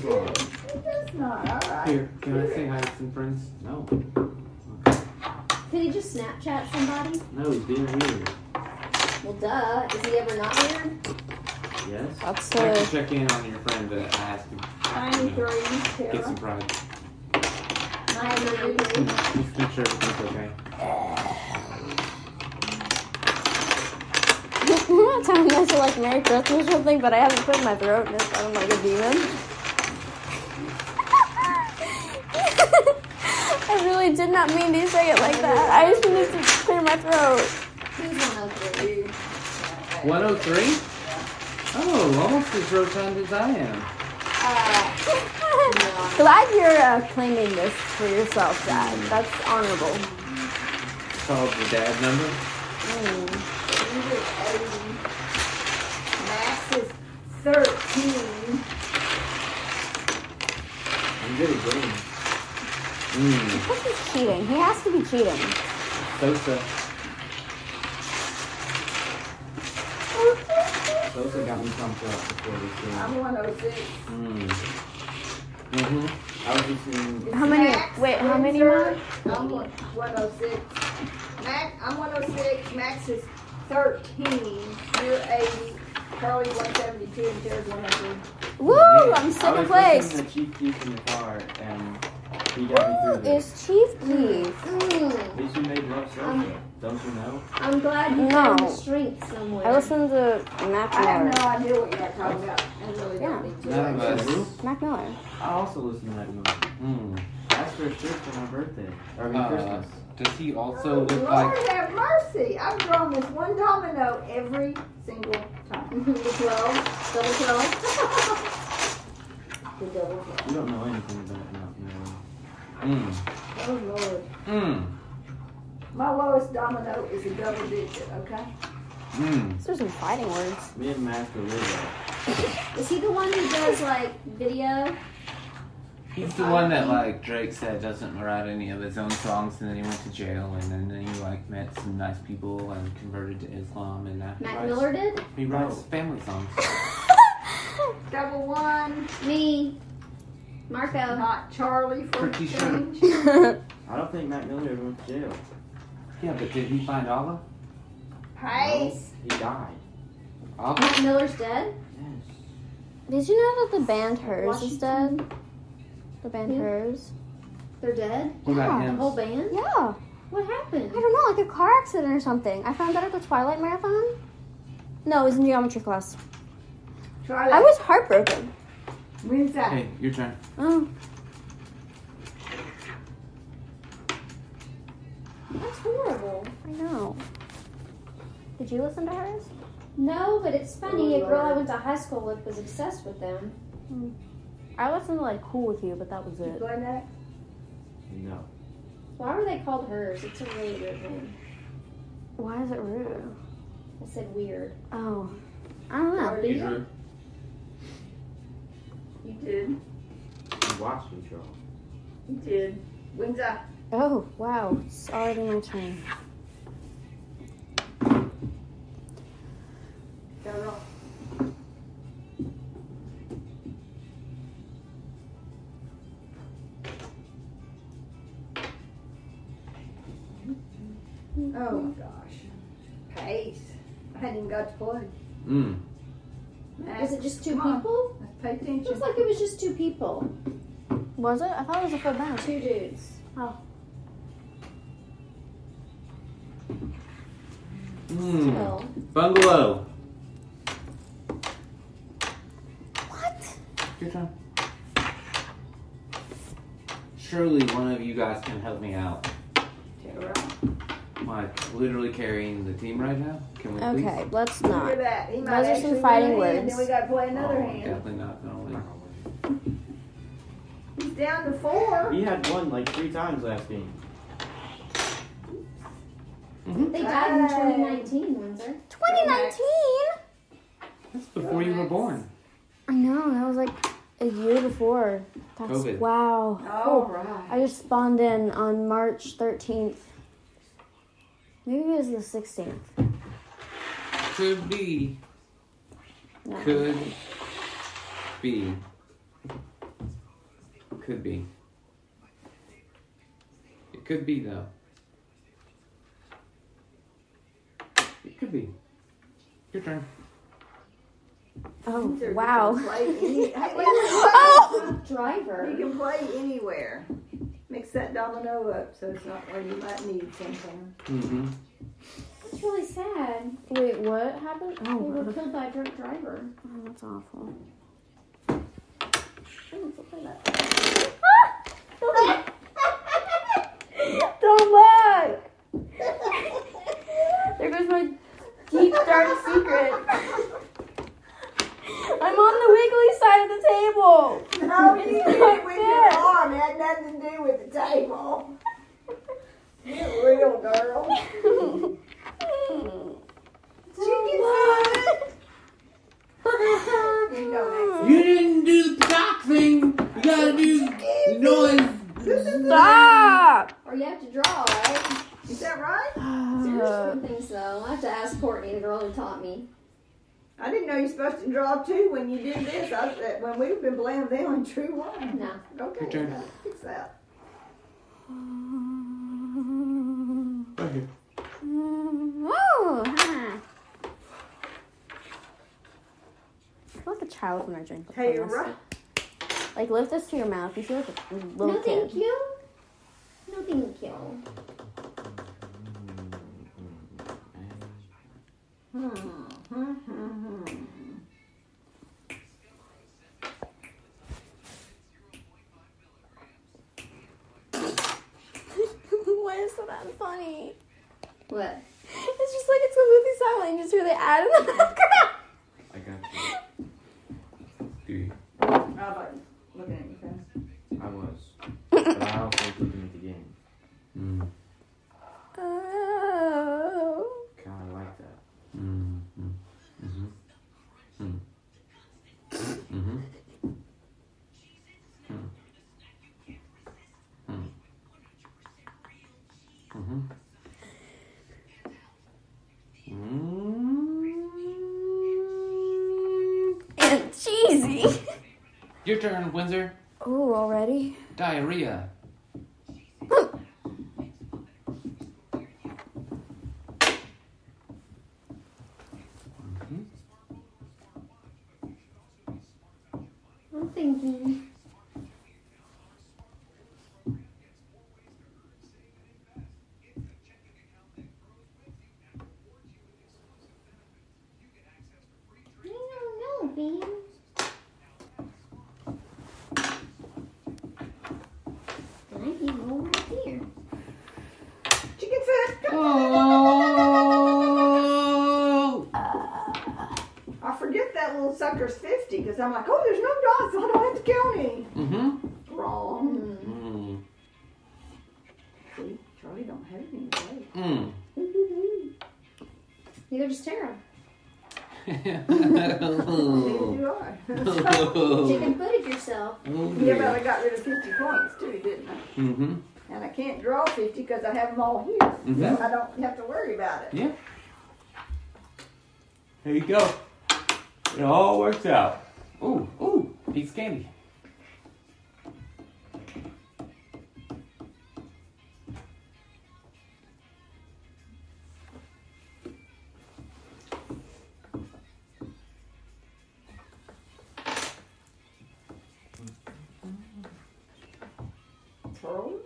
S4: not. All right.
S3: Here, can I say hi to some friends?
S6: No.
S1: Can he just Snapchat somebody?
S6: No, he's being weird.
S1: Well, duh. Is he ever not here?
S6: Yes?
S2: That's
S3: I
S2: uh,
S3: can check in on your friend that I asked him
S4: Ninety three.
S3: to get some pride.
S1: I have no idea.
S3: Just make sure everything's okay.
S2: I'm not telling this to like Merry Christmas or something, but I haven't put my throat and it sounded like a demon. I really did not mean to say it like that. I just wanted to clear my throat.
S1: Who's one of them?
S3: 103? Oh, almost as rotund as I am.
S2: Glad you're uh, claiming this for yourself, Dad. That's honorable.
S3: Called the dad number.
S2: Mm.
S4: Max is thirteen.
S6: I'm good at games.
S3: Mmm,
S2: This is cheating. He has to be cheating.
S3: Sosa.
S6: Sosa got me pumped up before this game.
S4: I'm one oh six.
S3: Mmm. Mm-hmm.
S6: I was listening.
S2: How many-
S4: Max,
S2: wait, how many
S4: Windsor, I'm one- 106. Max, I'm 106. Max is 13. You're 80. Charlie 172 and Jared 100.
S2: Woo! I'm
S6: I
S2: second
S6: was
S2: place.
S6: listening to Chief Keef in the car, and he got me
S2: Woo
S6: through this.
S2: is Chief Keef.
S1: Mm,
S6: At least you made love Sosa. Don't you know?
S1: I'm glad you
S2: No.
S1: found the strength somewhere.
S2: I listened to Mac
S4: I have
S2: Miller.
S4: no idea what you're talking about. I really
S2: Yeah.
S4: don't need to.
S3: None of us.
S2: Mac Miller.
S6: I also listen to that movie.
S3: Mmm.
S6: That's for a shirt for my birthday. Or I mean
S3: Uh,
S6: Christmas.
S3: Does he also
S4: Oh,
S3: look
S4: Lord
S3: like
S4: have mercy. I've thrown this one domino every single time.
S1: the 12, double 12. the double 12.
S6: You don't know anything about Mount Maryland.
S3: Mmm.
S4: Oh, Lord.
S3: Mmm.
S4: My lowest domino is a double digit, okay?
S3: Mmm.
S2: These are some fighting words.
S6: Me and Max are little.
S1: Is he the one who does like video?
S3: He's the one that like Drake said doesn't write any of his own songs and then he went to jail and then he like met some nice people and converted to Islam and now he
S1: Matt
S3: writes-
S1: Miller did?
S3: he writes family songs.
S4: Double one,
S1: Me. Marco.
S4: not Charlie for
S3: Pretty sure.
S4: change.
S6: I don't think Matt Miller ever went to jail.
S3: Yeah, but did he find Allah?
S4: Hey.
S6: He died.
S3: Allah?
S1: Matt Miller's dead?
S6: Yes.
S2: Did you know that the band Hers is
S1: Washington.
S2: dead? The band
S1: Who?
S2: Hers?
S1: They're dead?
S3: What about
S2: Yeah.
S1: The
S3: him?
S1: whole band?
S2: Yeah.
S1: What
S2: I
S1: happened?
S2: don't know, like a car accident or something. I found that at the Twilight Marathon. No, it was in geometry class.
S4: Charlie,
S2: I was heartbroken.
S4: when's that?
S3: Hey, your turn.
S2: Oh,
S1: That's horrible.
S2: I know. Did you listen to hers?
S1: No, but it's funny.
S4: Oh,
S1: A girl I
S4: Lord.
S1: went to high school with was obsessed with them.
S2: I listened to like Cool with You, but that was
S4: You
S2: it.
S4: playing that?
S5: No.
S1: Why were they called hers? It's a really weird name.
S2: Why is it rude?
S1: I said weird.
S2: Oh, I don't know.
S4: Charlie,
S3: drew.
S4: You did.
S6: You watched me, Charles.
S4: You did. When's that?
S2: Oh, wow. It's already my turn.
S4: Got it off. Oh my gosh. Pace. I hadn't even got to play.
S3: Mm.
S1: Was it just two
S4: Come on.
S1: people?
S4: Let's pay
S1: It was
S4: attention.
S1: like it was just two people.
S2: Was it? I thought it was a full band.
S1: Two dudes.
S3: Mm.
S1: Well,
S3: Bungalow.
S2: What?
S3: Your turn. Surely one of you guys can help me out.
S4: Tara.
S3: Like literally carrying the team right now. Can we please?
S2: Okay, let's
S4: Look at
S2: not.
S4: that. He
S2: Those
S4: might
S2: are some
S4: actually win
S2: fighting
S4: a hand,
S2: words.
S4: Then we gotta play another
S3: Oh,
S4: hand.
S3: Definitely not gonna win.
S4: He's down to four.
S5: He had one like three times last game.
S1: they died in
S4: Hey.
S1: 2019, Windsor.
S2: 2019?
S3: That's before you were born.
S2: I know, that was like a year before. That's
S3: COVID.
S2: wow.
S4: All
S2: Oh,
S4: right.
S2: I just spawned in on March 13th. Maybe it was the 16th.
S3: Could be.
S2: No.
S3: Could be. Could be. It could be though. It could be. Your turn.
S2: Oh,
S4: Windsor, you
S2: wow.
S4: can play any- Hey, wait,
S2: oh!
S4: You
S1: Driver.
S4: can play anywhere. Mix that domino up so it's not where you might need something.
S3: Mm-hmm.
S1: That's really sad.
S2: Wait, what happened?
S1: They were
S2: Oh,
S1: killed by a drunk driver.
S2: oh, that's awful. Don't look! There goes my deep, dark secret. I'm on the wiggly side of the table.
S4: No, you
S2: It's
S4: did
S2: like
S4: it with your
S2: this.
S4: arm. It had nothing to do with the table. Get real, girl.
S2: Don't
S4: You know
S3: You didn't do the cock thing. You gotta do noise.
S2: look. Stop!
S1: Or you have to draw, right?
S4: that. Is that right?
S1: Seriously,
S2: Uh,
S1: some things though. I have to ask Courtney, the girl who taught me.
S4: I didn't know you're supposed to draw two when you do this. I, that- when we've been playing, they only drew one.
S1: No.
S4: Okay.
S3: Your turn.
S4: Fix that.
S3: Right here.
S2: oh, huh. I feel like a child when I drink.
S4: Hey, you're right.
S2: Like lift this to your mouth. You feel like a little
S1: no,
S2: kid.
S1: thank you. No, thank you.
S4: Mm-hmm.
S2: Why is that funny?
S1: What?
S2: It's just like it's completely silent. You just hear the ad in the background.
S6: I got you.
S3: Dude.
S4: I like looking at your face.
S6: I was. But I also was looking at the game.
S3: Mm.
S2: Oh.
S6: Kinda like that.
S3: Mm. Mm. Mm-hmm. Mm. Mm-hmm. Mm. Mm. Mm-hmm. Mm.
S2: And cheesy.
S3: Your turn, Windsor.
S2: Ooh, already?
S3: Diarrhea.
S1: I'm thinking. beans? And I need more right here.
S4: Chicken foot.
S3: Mm-hmm.
S7: Oh!
S4: I forget that little sucker's 50 because I'm like, oh, there's no dots. I don't have to count any.
S3: Mm-hmm.
S4: Wrong.
S3: Mm.
S4: See, Charlie don't have any today.
S3: Mm.
S1: Neither does Tara.
S3: Mm.
S4: Neither do I.
S1: Chicken footed yourself.
S4: yeah, but I got rid of 50 points too, didn't I?
S3: Mm-hmm.
S4: And I can't draw 50 because I have them all here.
S3: Mhm.
S4: So I don't have to worry about it.
S3: Yeah. There you go. It all works out. Ooh, ooh, piece of candy.
S4: Charlie?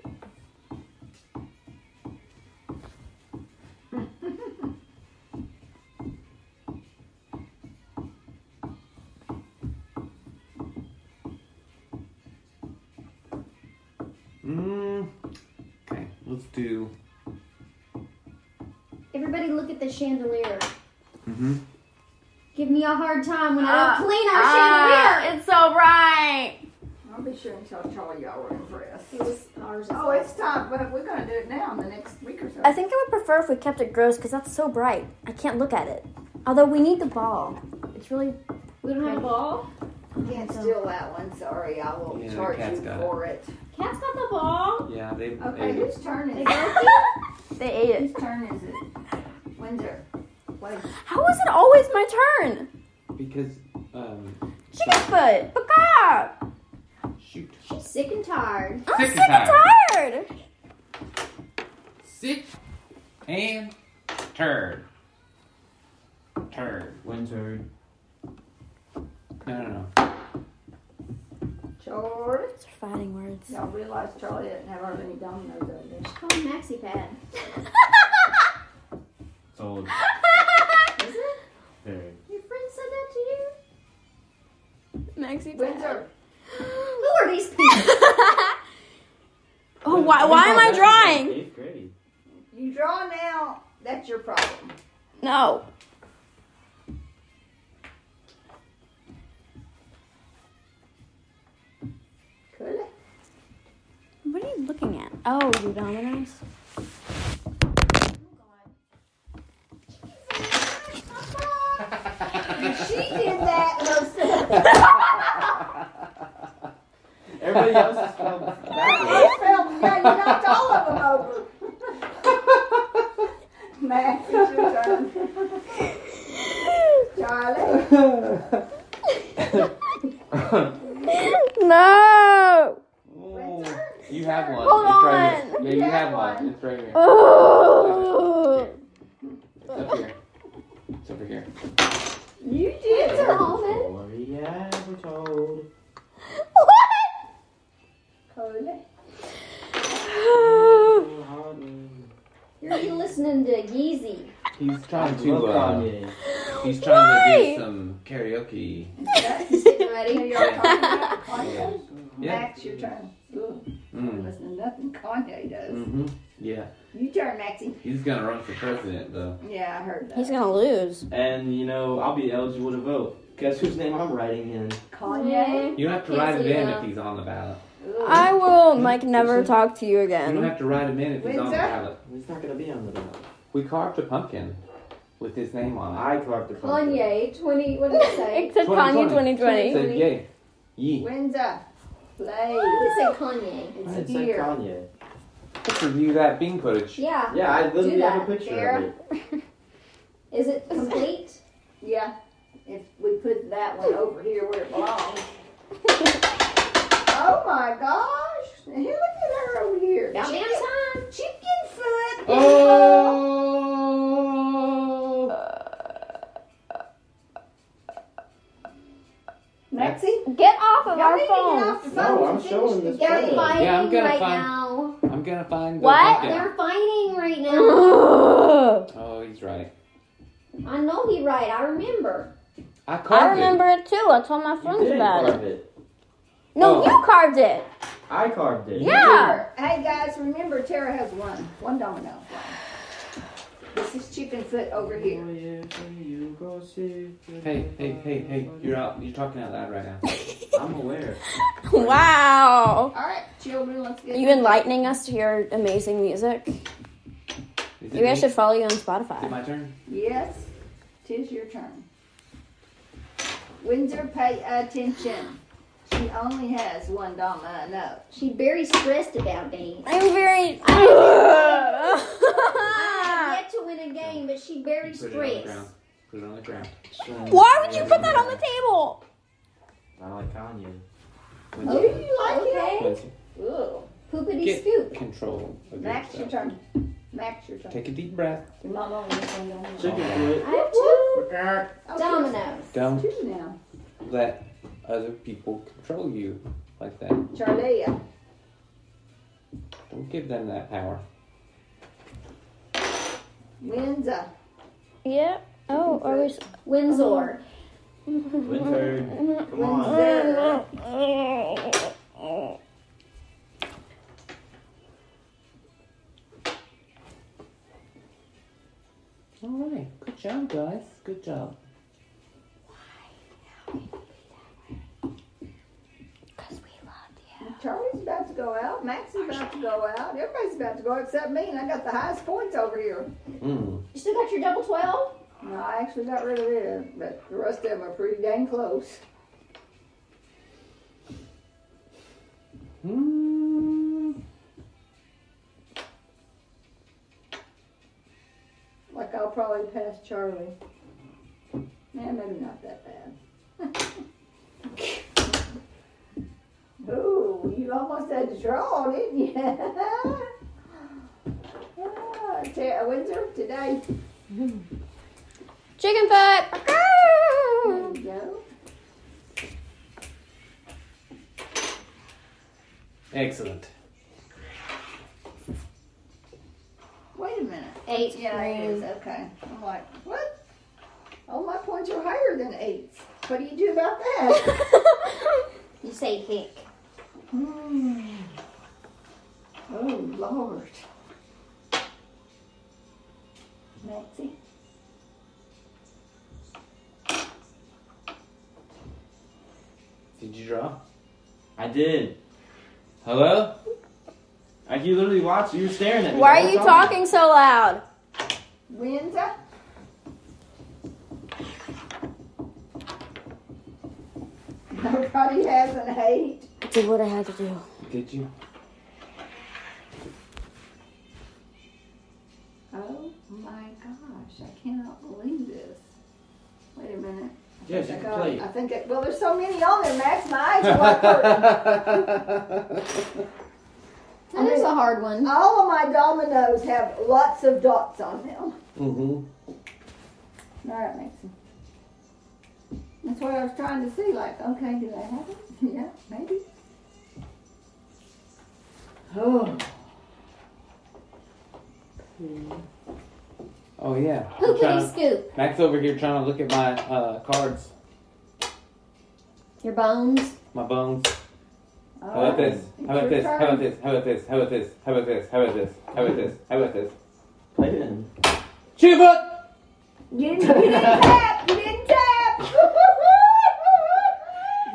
S3: Mm. Okay, let's do.
S1: Everybody look at the chandelier.
S3: Mm-hmm.
S1: Give me a hard time when I
S2: Uh,
S1: don't clean our
S2: Ah,
S4: uh,
S1: chandelier.
S2: it's so bright.
S4: I'll be sure and tell Charlie y'all were impressed.
S1: It was ours.
S4: Oh,
S1: as well.
S4: it's time, but we're going to do it now in the next week or so.
S2: I think I would prefer if we kept it gross because that's so bright. I can't look at it. Although we need the ball. It's really.
S1: We don't have a ball.
S4: Can't steal that one, sorry. I will
S3: Yeah, the
S4: charge
S3: cat's
S4: you
S3: got it.
S4: for it.
S1: Cat's got the ball.
S3: Yeah, they.
S4: Okay,
S3: they-
S4: whose turn is it?
S2: they ate
S4: Whose
S2: it.
S4: turn is it? Windsor. Wait.
S2: How is it always my turn?
S3: because um,
S2: Chicken foot. Baka.
S3: shoot.
S1: She's sick and tired.
S2: I'm
S3: Sick
S2: sick
S3: and
S2: and tired.
S3: Sit and turd. Turd.
S5: Winter.
S3: No, no, no.
S4: Charlie?
S2: Those are fighting words.
S4: Y'all realize Charlie didn't have hardly any dominoes over there.
S1: She's called Maxi Pad.
S5: Sold.
S1: Is it?
S5: Very.
S1: Your friend said that to you?
S2: Maxi
S4: Windsor.
S1: Who are these people?
S2: oh, why, why am I drawing?
S5: Eighth grade.
S4: You draw now. That's your problem.
S2: No.
S4: Could it?
S2: What are you looking at? Oh, your dominoes.
S4: She did that herself.
S6: Everybody else is spelled backwards.
S4: It fell- yeah, you knocked all of them over. Max, it's your turn. Charlie.
S2: no.
S3: Oh, you have one.
S2: Hold
S3: it's
S2: on.
S3: right here. Yeah, you have one. It's right here.
S2: Oh.
S3: It's up here. It's over here.
S4: You did
S1: It's a woman.
S5: Story ever told.
S2: What?
S4: Coley.
S5: Oh, hardly.
S1: You're listening to Yeezy.
S3: He's trying to.
S5: Look on
S3: Uh,
S5: you.
S3: he's trying to
S2: Why?
S3: do some karaoke.
S1: He's getting ready.
S4: Kanye.
S3: Yeah. Yeah.
S4: Max, your turn. Ugh,
S3: Mm.
S4: listen to nothing Kanye does.
S3: hmm Yeah.
S4: You turn, Maxie.
S3: He's gonna run for president though.
S4: Yeah, I heard that.
S2: He's gonna lose.
S5: And you know, I'll be eligible to vote. Guess whose name I'm writing in?
S4: Kanye.
S3: You don't have to
S1: Can't
S3: write
S1: see
S3: it in
S1: now.
S3: if he's on the ballot.
S4: Ugh.
S2: I will, like, never
S5: Listen.
S2: talk to you
S3: You don't
S2: again.
S3: have to write him in if he's on the
S4: Windsor?
S3: ballot.
S5: He's not gonna be on the ballot.
S3: We carved a pumpkin with his name on
S5: I carved the pumpkin.
S1: Kanye, 20, what did it say?
S2: Except Kanye
S3: 2020.
S2: 2020.
S3: it. Said yay. Yee.
S4: Windsor. Play.
S1: It said Kanye.
S5: I had
S4: It's
S5: said
S4: here.
S5: Kanye.
S3: Let's review that bean footage.
S1: Yeah.
S5: Yeah, I literally
S1: Do
S5: have a
S1: that,
S5: picture
S4: Sarah.
S5: of it.
S1: Is it complete?
S4: Yeah. If we put that one over here where it belongs. Oh my gosh. Now, Here, look at her over here.
S1: About damn
S4: Chicken,
S1: time.
S4: chicken foot.
S3: Oh!
S4: Maxie.
S2: Get off of
S4: Y'all
S2: our
S4: need to get
S2: phone.
S4: off the
S5: No,
S4: phone.
S5: I'm
S4: Finish
S5: showing
S4: the
S5: this
S4: game.
S1: They're
S5: photo.
S1: fighting
S3: Yeah, I'm gonna
S1: right
S3: find-
S1: now.
S3: I'm gonna find the
S2: What?
S3: pumpkin.
S1: They're fighting right now.
S2: Ugh.
S3: Oh, he's right.
S1: I know he right. I remember.
S5: I carved
S2: I remember it too. I told my
S5: it. You
S2: friends
S5: didn't
S2: about it.
S5: carve it.
S2: No,
S5: Oh.
S2: you carved it.
S5: I carved it.
S2: Yeah.
S4: Hey guys, remember Tara has one, one domino. This is Chickenfoot over here.
S3: Hey, hey, hey, hey! You're out. You're talking out loud right now.
S6: I'm aware.
S2: Wow.
S4: All right, children, let's get.
S2: You enlightening us to your amazing music.
S3: Is it
S2: Maybe I
S3: me?
S2: should follow you on
S3: Is it
S2: Spotify.
S3: my turn?
S4: Yes, tis your turn. Windsor, pay attention. She only has one domino.
S1: She's very stressed about games.
S2: I'm very.
S1: I have yet to win a game, but she very
S3: Put it on the ground.
S1: stressed.
S3: Put it on the ground.
S2: Why would you put that on the table?
S6: I like Kanye.
S4: Oh,
S3: Quincy,
S4: you like it?
S3: Quincy,
S4: Ooh.
S1: Poopity
S3: Get-
S1: scoop.
S3: Control. of
S4: Max, your
S3: yourself.
S4: turn. Max, your turn.
S3: Take a deep breath.
S4: Your mom only has one domino.
S5: Chicken foot.
S1: I have two
S4: Oh,
S1: dominoes.
S4: there's
S3: Don't
S4: Two now.
S3: let other people control you like that.
S4: Charlia.
S3: Don't give them that power.
S4: Windsor.
S2: Yeah. Oh, are we? s-
S1: Windsor.
S6: Winter. Come on.
S4: Windsor.
S3: All right. Good job, guys. Good job.
S4: Charlie's about to go out. Max is about to go out. Everybody's about to go out except me, and I got the highest points over here.
S3: Mm.
S1: You still got your double twelve?
S4: No, I actually got rid of it, but the rest of them are pretty dang close.
S3: Mm.
S4: Like I'll probably pass Charlie. Man, maybe not that bad. Ooh, you almost had to draw, didn't you? ah, Tara Windsor today.
S2: Chicken foot.
S4: There you go.
S3: Excellent.
S4: Wait a minute.
S1: Eight.
S4: Yeah, it is. Okay. I'm like, what? All Oh, my points are higher than eights. What do you do about that?
S1: You say hick.
S4: Hmm. Oh, Lord. Maxie?
S3: Did you draw?
S5: I did.
S3: Hello?
S5: I, you literally watched. You were staring at me.
S2: Why are
S5: the whole
S2: you
S5: time.
S2: talking so loud?
S4: Windsor? Nobody has an eight.
S2: I did what I had to do.
S3: Did you?
S4: Oh my gosh, I cannot believe this. Wait a minute.
S5: Yes,
S4: I
S5: you can
S4: got-
S5: play.
S4: I
S5: it.
S4: think, it, well, there's so many on there, Max. My eyes are like hurting.
S1: That is a hard one.
S4: All of my dominoes have lots of dots on them.
S3: mm-hmm.
S4: All right, Mason. That's what I was trying to see. Like, okay, do I have it? yeah, maybe. Oh,
S3: Oh yeah. I'm trying-
S1: Poopity scoop.
S3: Max over here trying to look at my uh, cards,
S1: Your bones.
S3: my bones. How about this? How about this? How about this? How about this? How about this? How about this? How about this? How about this? How about this?
S2: Oh
S5: Play it in.
S3: Chiva!
S4: You didn't, you didn't tap. You didn't tap.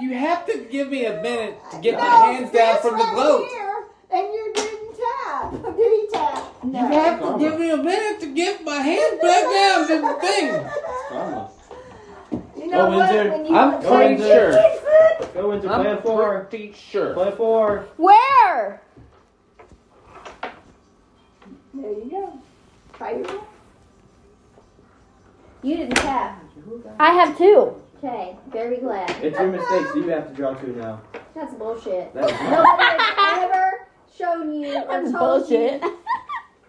S3: You have to give me a minute to get
S4: No,
S3: my hands down
S4: this
S3: from the
S4: right
S3: gloat.
S4: here, and you didn't tap. Did he tap? No.
S3: You have to give me a minute to get my hands back down to the thing.
S5: Karma.
S4: You know
S5: Oh,
S4: what?
S5: Windsor,
S4: When you
S3: I'm
S4: want
S5: going
S4: to-
S5: sure. Go into play a four.
S3: pretty sure.
S5: Play a four.
S2: Where?
S4: There you go. Try your luck.
S1: You didn't tap.
S2: I have two.
S1: Okay. Very glad.
S5: It's your mistake, so you have to draw two now.
S1: That's bullshit.
S5: That is
S1: Nobody has ever shown you or
S2: That's
S1: told
S2: bullshit.
S1: you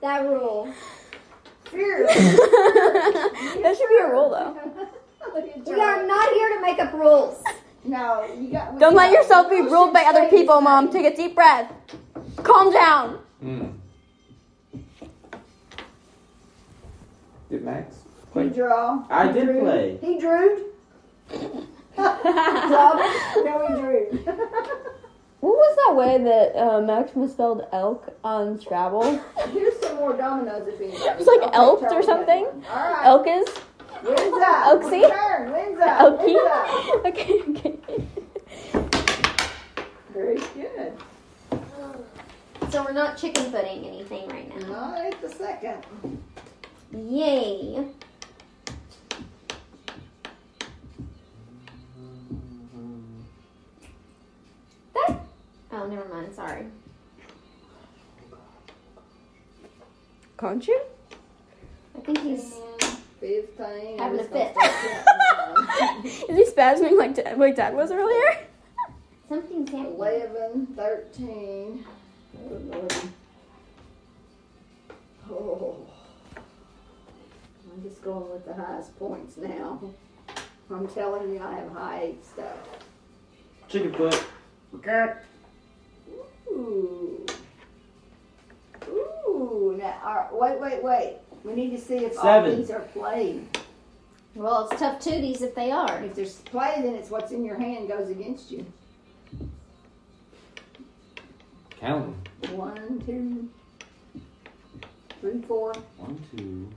S1: that rule.
S4: Fearless.
S2: that should be a rule though.
S4: Look at
S1: We are
S4: Charlie.
S1: not here to make up rules.
S4: No, you got. we
S2: Don't let
S4: got-
S2: yourself be
S4: you
S2: ruled by
S4: should
S2: other
S4: stay
S2: people,
S4: the
S2: Mom.
S4: same.
S2: Take a deep breath. Calm down.
S3: Mm. Did Max
S4: He
S3: play?
S4: draw.
S5: I
S4: He
S5: did
S4: drew.
S5: play.
S4: He drew. Tell me, Drew.
S2: What was that way that uh, Max misspelled elk on Scrabble?
S4: Here's some more dominoes if anybody.
S2: It's like
S4: Okay,
S2: elked or
S4: Charlie,
S2: something?
S4: All right.
S2: Elk is?
S4: Wins up.
S2: Elksy?
S4: Turn. Wins up.
S2: Elky?
S4: Wins up.
S2: Okay, okay.
S4: Very good.
S1: So we're not chicken footing anything right now.
S4: All right, the second.
S1: Yay. That. Oh, never mind. Sorry.
S2: Can't you?
S1: I think he's.
S4: Fifteen.
S1: Having a
S4: It's gonna
S1: fit.
S4: start counting down.
S2: Is he spasming like dad, like dad was earlier?
S1: Something's happening.
S4: 11, 13. Oh, Lord. Oh. I'm just going with the highest points now. I'm telling you, I have high eight stuff.
S6: Chicken foot.
S4: Ooh. Ooh. Now, all right, wait, wait, wait. We need to see if all
S5: Seven.
S4: these are played.
S1: Well, it's tough tooties if they are.
S4: If there's play, then it's what's in your hand goes against you.
S3: Counting.
S4: One, two, three, four,
S3: One, two,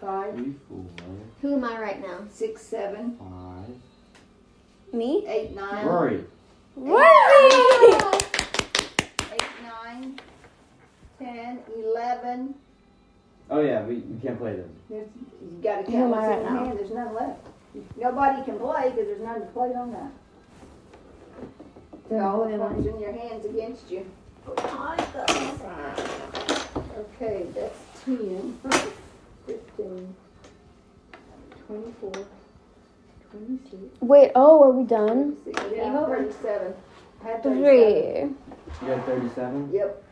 S4: five,
S3: three, four,
S1: Who am I right now?
S4: six, seven,
S3: five.
S2: Me?
S4: eight, nine.
S5: Rory.
S2: Rory!
S4: Eight, nine, ten, eleven.
S5: Oh yeah, we, we can't play them.
S4: There's, you gotta
S2: Who am
S4: count what's in
S2: I right
S4: your
S2: now?
S4: hand, there's none left. Nobody can play because there's none to play on that. So all the cards in your hands against you. Okay, that's ten, fifteen, twenty-four, twenty-six,
S2: Wait, oh, are we done?
S4: six,
S1: Game over.
S4: thirty-seven. Had thirty-seven.
S2: Three.
S5: You got 37?
S4: Yep.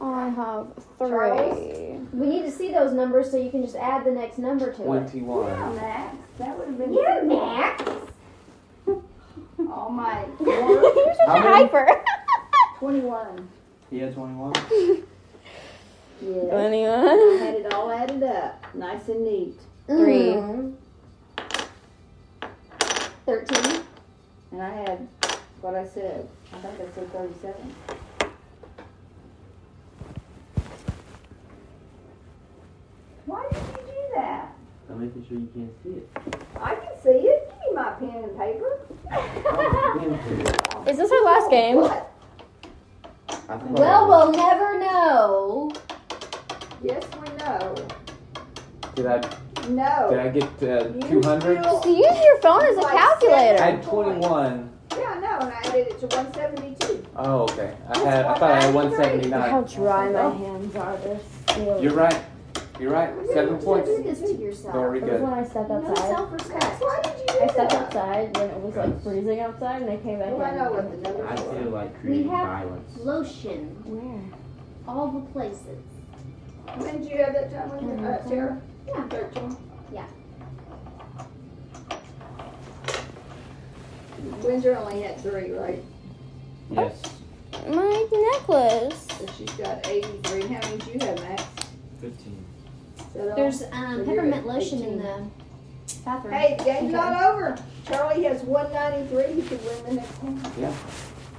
S2: I have three.
S4: Charles?
S1: We need to see those numbers so you can just add the next number to it.
S4: Yeah,
S3: 21.
S4: Max, that would have been.
S1: Yeah, Max.
S4: All my
S2: You're
S4: one,
S2: such a hyper.
S4: twenty-one.
S5: He had 21?
S4: Yeah.
S2: Anyone?
S4: Had it all added up, nice and neat.
S2: Three.
S1: Thirteen.
S4: And I had what I said. I think I said 37. Why did you do that?
S5: I'm making sure you can't see it.
S4: I can see it. Give me my pen and paper. Oh,
S5: Oh, you can see it.
S2: Is this our last game?
S4: What?
S5: I think
S1: Well, we'll never know.
S4: Yes, we know.
S3: Did I, did
S4: No.
S3: I get
S5: uh,
S3: to
S4: You
S3: 200?
S4: still-
S2: So use your phone as a
S3: I
S2: calculator.
S3: had 21.
S4: Yeah, I know. And I added it to 172.
S3: Oh, okay. I had. I thought I had 179.
S2: How dry my hands are. They're still.
S3: You're right. You're right. Seven points.
S1: do this to yourself.
S3: Very
S2: It was
S3: good.
S2: when I stepped
S1: No
S2: outside.
S1: self-respect.
S4: Why did you do
S2: I stepped
S4: that?
S2: outside when it was like freezing outside, and I came back
S4: Do I know what
S2: in.
S4: the numbers
S5: I
S4: are?
S5: feel like creating
S1: have-
S5: violence.
S1: Lotion.
S2: Where?
S1: All the places.
S4: When did you have that time when you uh, Sarah?
S1: Mm-hmm. Yeah.
S4: 13.
S1: Yeah.
S4: Windsor only had three, right?
S5: Yes.
S2: My necklace.
S4: So she's got 83. How many did you have, Max?
S6: 15.
S4: So
S1: There's um, peppermint lotion in the bathroom.
S4: Hey, the game's not over. Charlie has 193. He could win the next one.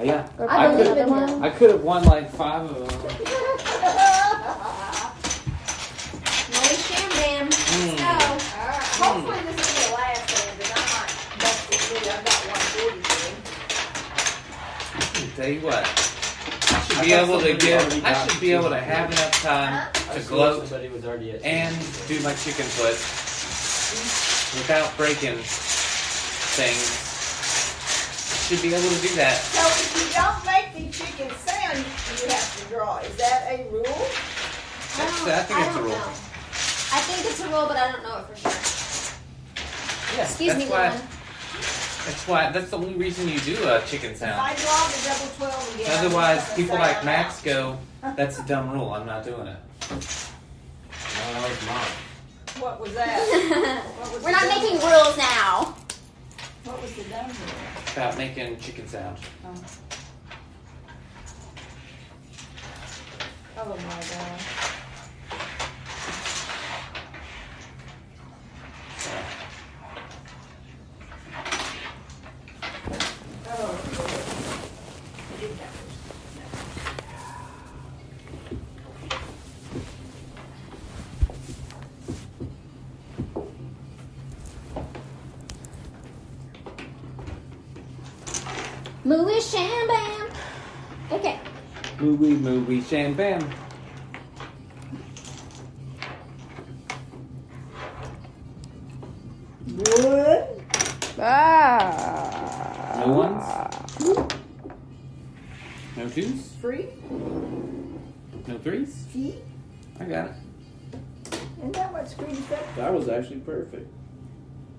S3: Yeah.
S1: I
S3: I
S1: believe
S3: could,
S1: in him.
S3: I could have won like five of them.
S4: All
S1: Molly Sham
S3: Mm.
S1: Bam.
S4: right. Hopefully this is the last one, because I might bust it through. I've got 143.
S3: Hmm. Tell you what. I should be able to give. I should be able to have enough time to gloat
S6: Somebody was already at
S3: and do my chicken foot without breaking things. Should be able to do that.
S4: So if you don't make the chicken sound, you have to draw. Is that a rule?
S3: That's- I think it's a rule.
S1: I think it's a rule, but I don't know it for sure.
S3: Yeah,
S1: Excuse
S3: that's
S1: me,
S3: why.
S1: Leland.
S3: That's why. That's the only reason you do a chicken
S4: If
S3: sound.
S4: I draw the double twelve again. I'm
S3: Otherwise,
S4: just gonna
S3: people
S4: say
S3: like
S4: I'm
S3: Max
S4: out.
S3: go, "That's a dumb rule. I'm not doing it."
S6: No, that was mine.
S4: What was that? What was the
S1: We're not
S4: dumb-
S1: making rules now.
S4: What was the dumb rule?
S3: About making chicken sound.
S4: Oh my god.
S3: So,
S4: Oh,
S1: Louis Shambam. Okay.
S3: Movie, movie, sham bam.
S4: Wood.
S2: Ah.
S3: No ones? No twos?
S4: Free.
S3: No threes?
S4: Gee.
S3: I got it.
S4: Isn't that what screams that?
S6: That was actually perfect.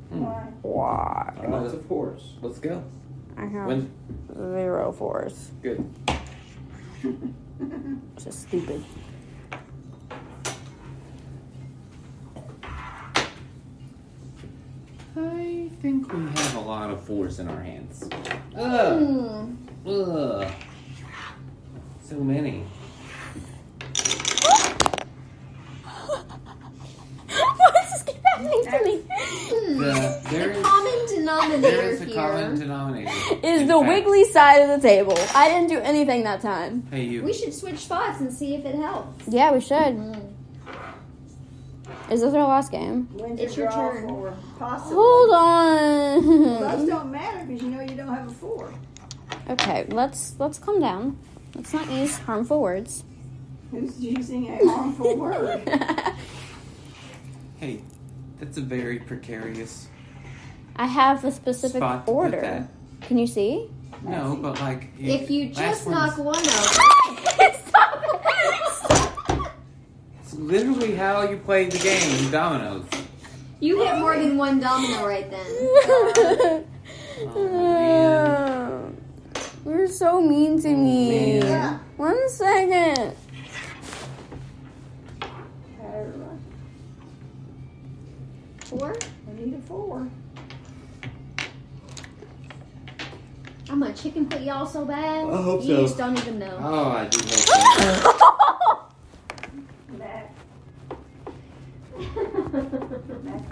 S3: Hmm.
S4: Why?
S2: Why?
S6: Lots of fours.
S3: Let's go.
S2: I have
S3: When?
S2: zero fours.
S3: Good.
S2: Just stupid.
S3: I think we have a lot of fours in our hands. Ugh.
S1: Hmm.
S3: Ugh. So many.
S2: Why does this keep happening to me?
S1: Hmm.
S3: The, there
S1: The
S3: is
S1: common
S3: there
S1: denominator
S3: is a common
S1: here.
S3: denominator.
S2: Is
S3: In
S2: the
S3: fact-
S2: wiggly side of the table. I didn't do anything that time.
S3: Hey you.
S1: We should switch spots and see if it helps.
S2: Yeah, we should.
S1: Mm.
S2: Is this our last game?
S4: When's
S1: It's your
S4: your draw
S1: turn.
S4: for? Possibly.
S2: Hold
S4: Those
S2: on.
S4: don't matter because you know you don't have a four.
S2: okay, let's let's calm down. Let's not use harmful words.
S4: Who's using a harmful word?
S3: Hey, that's a very precarious
S2: I have the specific
S3: spot to put
S2: order.
S3: that.
S2: Can you see?
S3: No, but like
S1: If you just
S3: last
S1: knock
S3: one's-
S1: one out,
S2: Stop it! Stop.
S3: It's literally how you play the game, dominoes.
S1: you hit more than one domino right then.
S3: Oh,
S2: You're so mean to me.
S4: Yeah.
S2: One second.
S4: I
S1: Four?
S4: need a four.
S1: I'm a chicken put y'all so bad.
S3: I hope
S1: you
S3: so.
S1: just don't even know.
S3: oh I do hope so.
S4: Mac, Mac.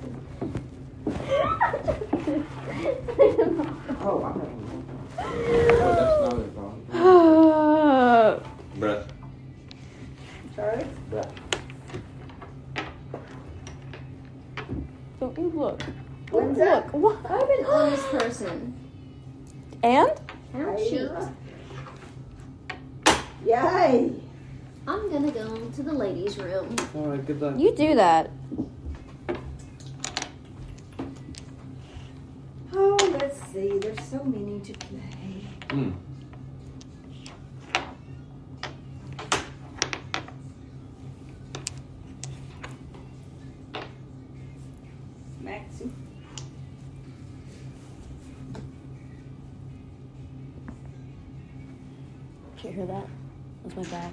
S4: Oh, I'm having
S6: Oh, that's not it, Bob.
S3: Bruh.
S4: Charlie.
S2: Don't you look. Don't
S4: When's that?
S2: look. What?
S1: I'm an honest person.
S2: And?
S1: I don't
S4: Hey,
S1: cheat.
S4: Yay!
S1: I'm gonna go to the ladies' room.
S3: Alright, good luck.
S2: You do that.
S4: Oh, let's see. There's so many to play.
S3: Mm.
S4: Maxie.
S2: Did you hear that? That was my back.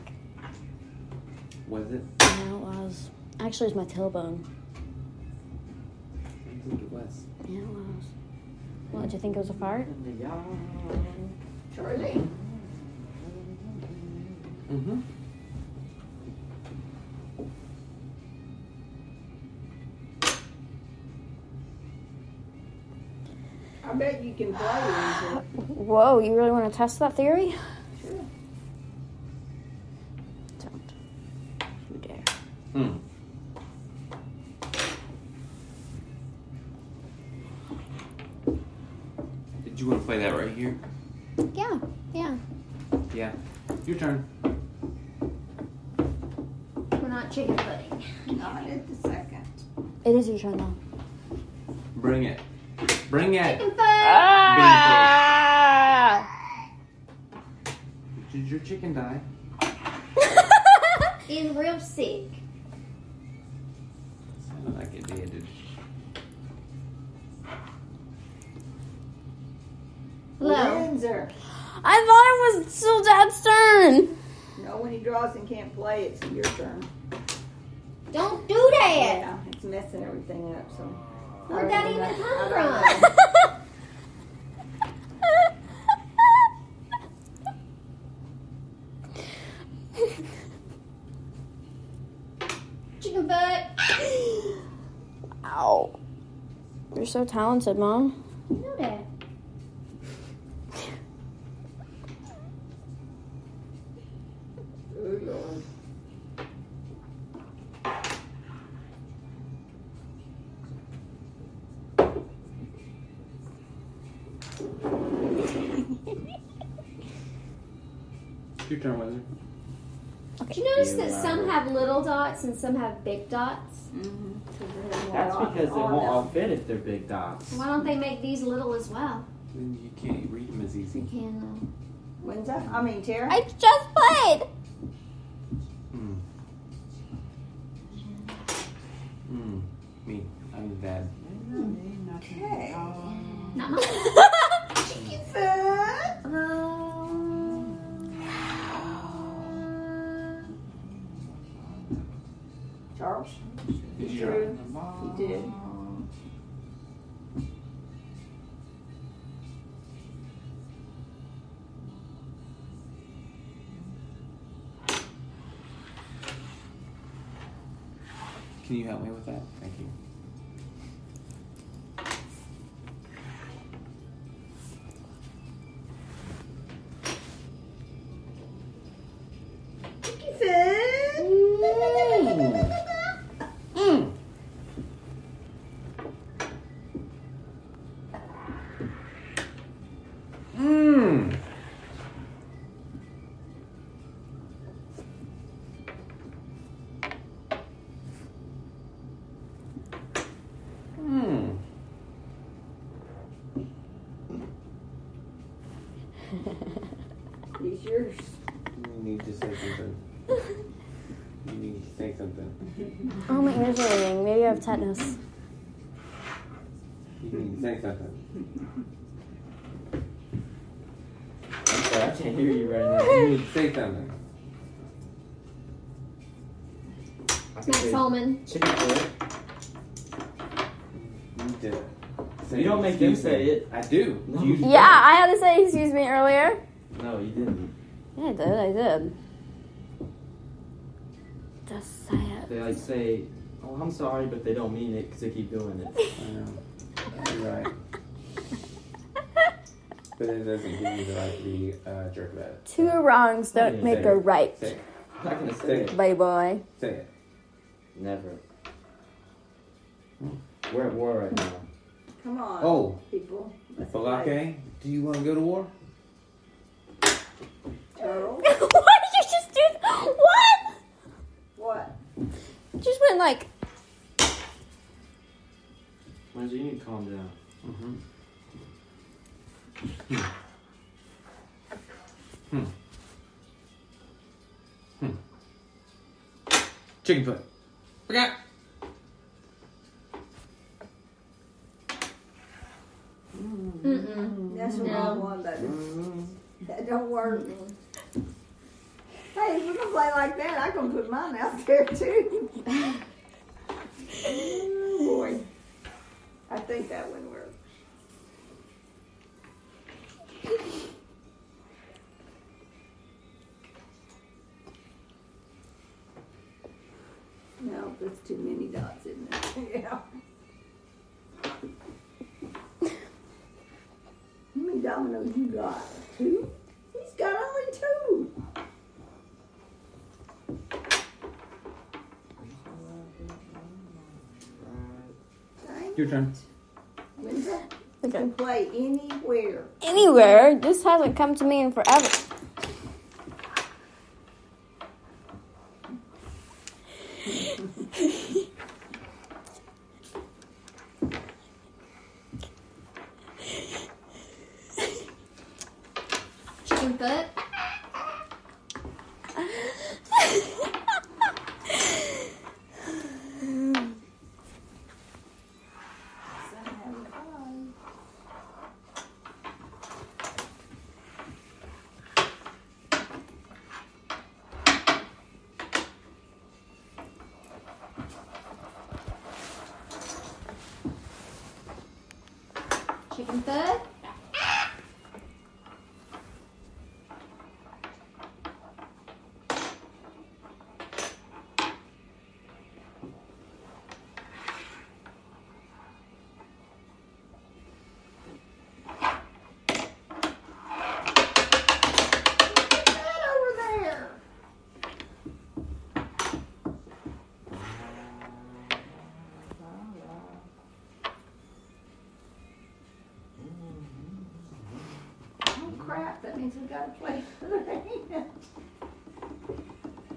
S3: Was it?
S2: No, it was. Actually, it was my tailbone.
S3: I think it was.
S2: Yeah, it was. What, did you think it was a fart?
S4: Charlie.
S3: Mm-hmm.
S4: I bet you can play
S2: Whoa, you really want to test that theory?
S4: these. Sure.
S2: Don't. You dare.
S3: Mm. Did you want to play that right here?
S2: Yeah, yeah.
S3: Yeah. Your turn.
S1: We're not chicken pudding.
S4: Not at the second.
S2: It is your turn now.
S3: Bring it. Bring it.
S1: Chicken foot! Ah!
S2: Ah!
S3: Did your chicken die?
S1: Is real sick.
S3: Sounded like it did.
S1: Low.
S4: Windsor.
S2: I thought it was still Dad's turn.
S4: No, when he draws and can't play, it's your turn.
S1: Don't do that!
S4: Yeah, it's messing everything up. So.
S1: Where'd that even come from? Chicken foot!
S2: Ow. You're so talented, Mom.
S1: You know that.
S4: Ooh, Lord.
S3: Your turn, Wizard.
S1: Do you notice that
S5: You, uh,
S1: some have little dots and some have big dots?
S5: That's because they won't all fit if they're big dots.
S1: Why don't they make these little as well?
S3: Then you can't read them as easy.
S1: You can. though.
S4: Windsor? I mean, Tara?
S2: uh, I just played.
S3: Mm. Mm. Me. I'm the dad.
S4: Okay.
S1: Not mine.
S4: Pizza. Charles?
S3: Did you draw?
S4: Drew? He did.
S3: Can you help me with that? Thank you. Mm. Mm. Mm.
S4: He's yours.
S3: You need to say something. You need to say something.
S2: Oh, my ears are ringing. Maybe I have tetanus.
S3: You need to say something.
S5: I'm sorry, I can't hear you right now.
S3: You need to say something.
S5: I can
S1: Max
S5: say
S1: Holman.
S5: chicken foot.
S3: You did it. Say
S5: You don't make them
S3: excuse
S5: say
S3: me.
S5: it.
S3: I do.
S5: No.
S3: You
S2: Yeah, I had to say excuse me earlier.
S5: No, you didn't.
S2: Yeah, I did. I did. Just say it.
S5: They like say, "Oh, I'm sorry," but they don't mean it because they keep doing it.
S3: I know. You're right. But it doesn't give you the right to be uh, jerk about it.
S2: Two wrongs don't
S5: Yeah,
S2: make
S3: say
S2: a
S3: it.
S2: right,
S3: Say it.
S5: I'm not gonna say it.
S2: buddy boy.
S3: Say it.
S5: Never. We're at war right now.
S4: Come on,
S3: Oh,
S4: people. Let's play.
S3: Balake, do you want to go to war?
S4: Charles?
S2: what did you just do? What?
S4: What?
S2: You Just went like,
S5: Lindsay, you need to calm down.
S3: Mm-hmm. Hmm. Hmm. Hmm. Chicken foot. Forgot.
S1: Mm-mm.
S4: That's the
S1: No.
S4: wrong one, baby. That don't work. Hey, if we're gonna play like that, I'm gonna put mine out there too. Boy, I think that one worked. No, that's too many dots, isn't it? Yeah. How many dominoes you got? Two? He's got only two. Dang.
S3: Your turn.
S4: Linda, you
S2: okay.
S4: can play anywhere.
S2: anywhere. This hasn't come to me in forever.
S1: Chicken foot. Chicken foot.
S4: Get over there. Oh, crap, that means we gotta play another hand.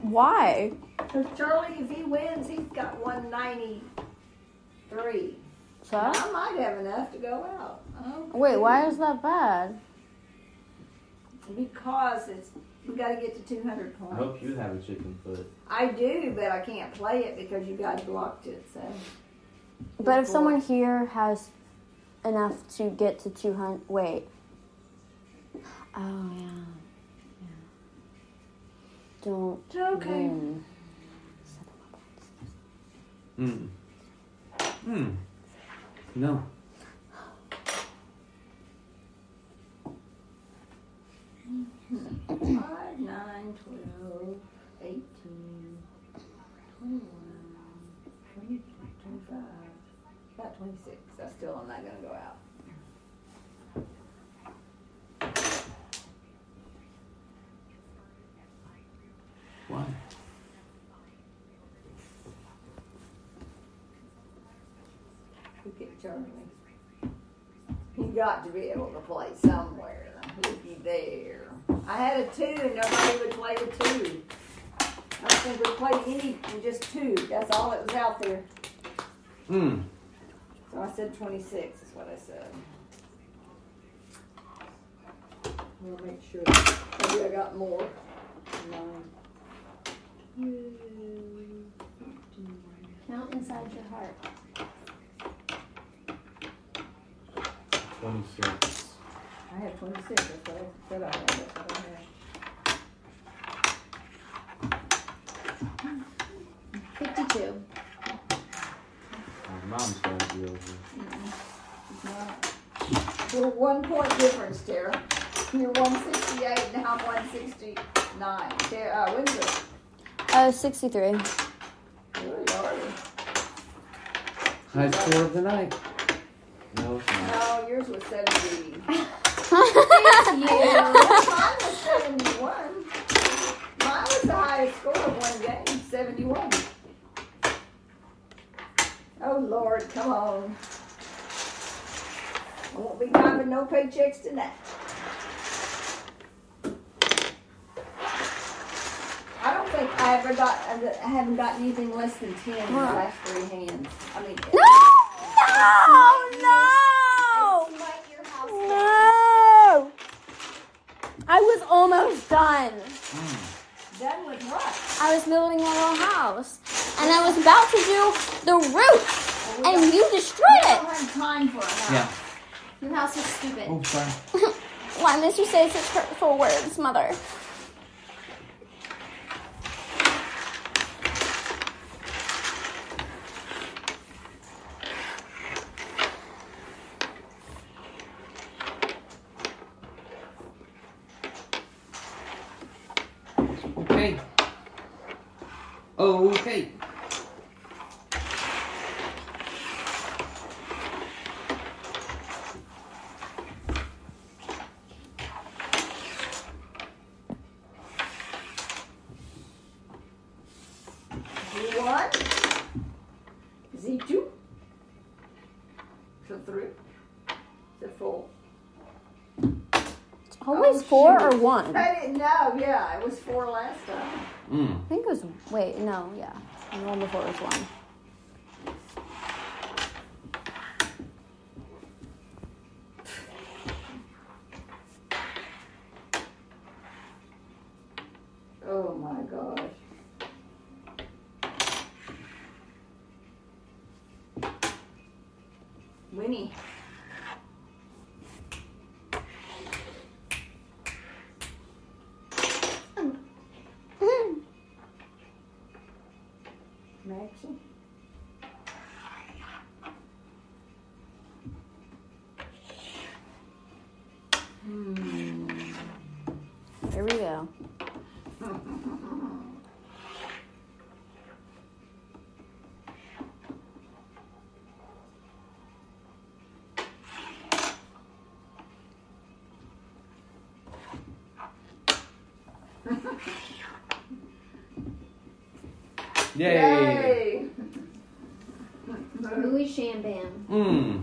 S2: Why?
S4: Cause Charlie, if he wins, he's got one ninety-three.
S2: So?
S4: I might have enough to go out.
S2: Wait, why is that bad?
S4: Because it's, we gotta get to two hundred
S6: I
S4: points.
S6: hope you have a chicken foot.
S4: I do, but I can't play it because you guys blocked it, so.
S2: But if someone here has enough to get to 200. Wait. Oh, yeah. Yeah. Don't.
S4: Okay.
S2: win.
S3: Mm. Mm. No.
S4: Five, nine, twelve, eighteen, twenty-one, twenty, twenty-five, about twenty-six. I still am not gonna go out.
S3: Why?
S4: Who could turn me? You got to be able to play somewhere. He'd be there. I had a two and nobody would play a two. I was gonna go play any, and just two. That's all that was out there.
S3: Mm.
S4: So I said twenty-six is what I said. We'll make sure, maybe I got more. Nine.
S1: Count inside your heart.
S6: 26.
S4: I had twenty-six, that's what I said I had, that's what I had.
S1: Fifty-two.
S6: My mom's going to be over.
S4: Little one point difference, Tara. You're one sixty-eight, now I'm one sixty-nine. Tara, uh, Windsor.
S2: Uh, 63.
S4: Where are you?
S3: High score of the night.
S6: No, it's not.
S4: No, Oh, yours was seventy.
S1: Yeah.
S4: Mine was seventy-one. Mine was the highest score of one game, seventy-one. Oh, Lord, come on. I won't be driving no paychecks tonight. I don't think I ever got, I haven't gotten anything less than ten in the last three hands. I mean.
S2: No! No!
S4: It's like Oh, your house.
S2: No! No! I was almost done.
S4: Done with what?
S2: I was building a little house. And I was about to do the roof.
S4: Well, we
S2: And you destroyed
S4: don't
S2: it.
S4: have time for it.
S3: Yeah.
S1: Your house is stupid.
S3: Oh, sorry.
S2: Why must you say such hurtful words, mother?
S3: Okay. Okay.
S4: One. Is he two? So three. So four.
S2: It's always
S4: Oh,
S2: four
S4: shoot.
S2: or one. I
S4: I didn't know. Yeah, it was four last time.
S3: Mm.
S2: think it was. Wait, no, yeah. I rolled before it was one.
S4: Oh my gosh. Winnie. Maxie.
S2: There we go.
S3: Yay.
S1: Louis Shambam.
S3: Mm.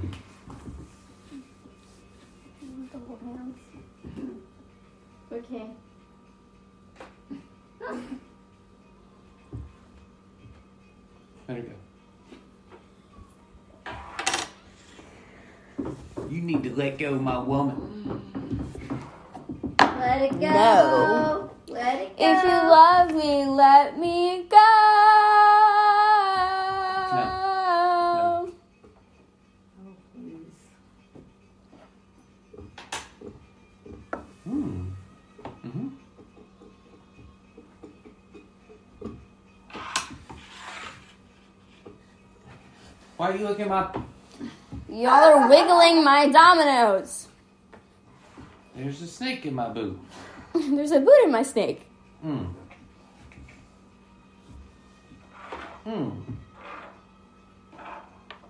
S1: Okay.
S7: There you go. You need to let go of my woman.
S1: Let it go.
S2: No.
S1: Let it go.
S2: If you love me, let me go.
S3: No.
S4: Oh, please.
S3: Hmm. Mm-hmm. Why are you looking at my
S2: Y'all are wiggling my dominoes.
S3: There's a snake in my boot.
S2: There's a boot in my snake.
S3: Mm. Mm.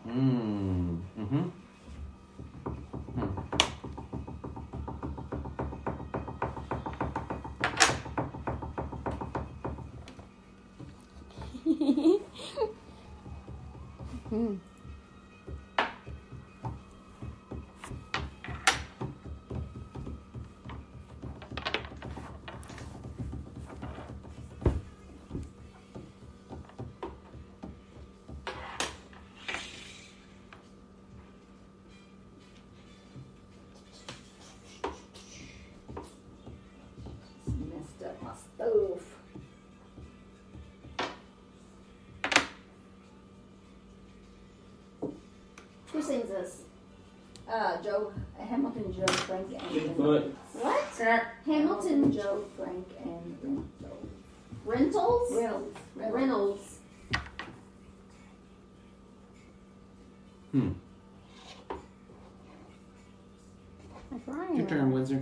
S3: Mm. Mm-hmm. Mm.
S2: Hmm.
S4: It's messed up my stove.
S1: Who sings this?
S4: Uh, Joe Hamilton, Joe Frank, and
S6: Bigfoot.
S1: What? Hamilton
S4: Hamilton,
S1: Joe
S4: Joe Frank, and Rental.
S1: Rentals?
S4: Reynolds.
S1: Reynolds.
S3: Hmm.
S2: I'm crying.
S3: Your turn, Windsor.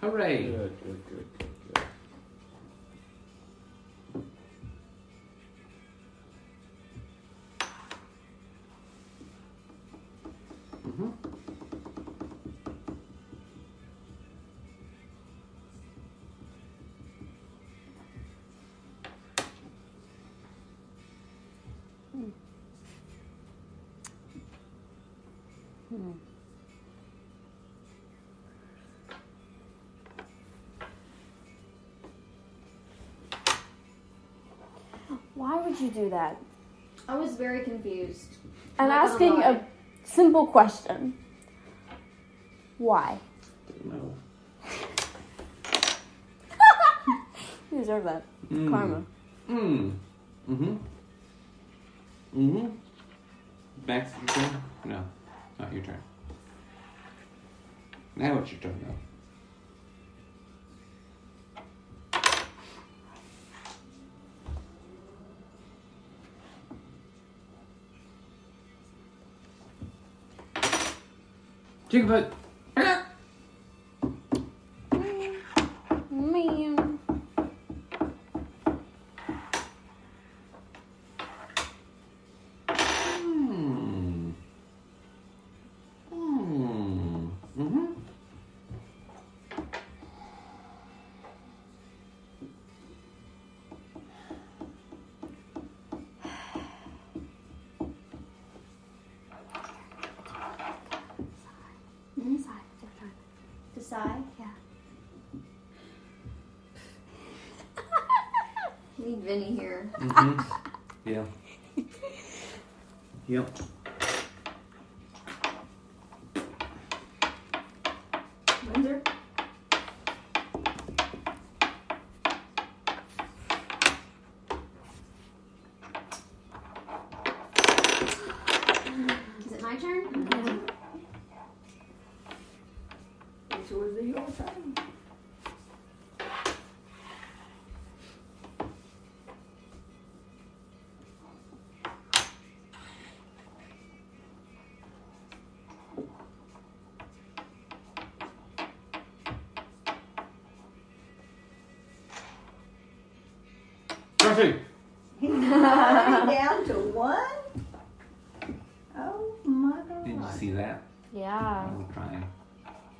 S3: Hooray!
S6: Good, good, good, good, good.
S3: Mm-hmm.
S2: Why would you do that?
S1: I was very confused.
S2: I'm
S1: Not gonna
S2: asking
S1: lie.
S2: a simple question. Why?
S3: No.
S2: You deserve that.
S3: Mm.
S2: Karma.
S3: Mm. Mm-hmm. Mm-hmm. Max, your turn? No, not your turn. Now it's your turn, though. Chicken foot!
S2: Man.
S3: Hmm. Hmm. Mm-hmm.
S1: To sigh?
S2: Yeah.
S1: Need Vinny here.
S3: Mm-hmm. Yeah. Yep.
S1: Windsor? Is it my turn?
S4: Mm-hmm. It's yours or your turn.
S3: Rushing!
S4: He's already down to one? Oh my
S3: Did you
S4: god.
S3: see that?
S2: Yeah.
S3: I'm crying.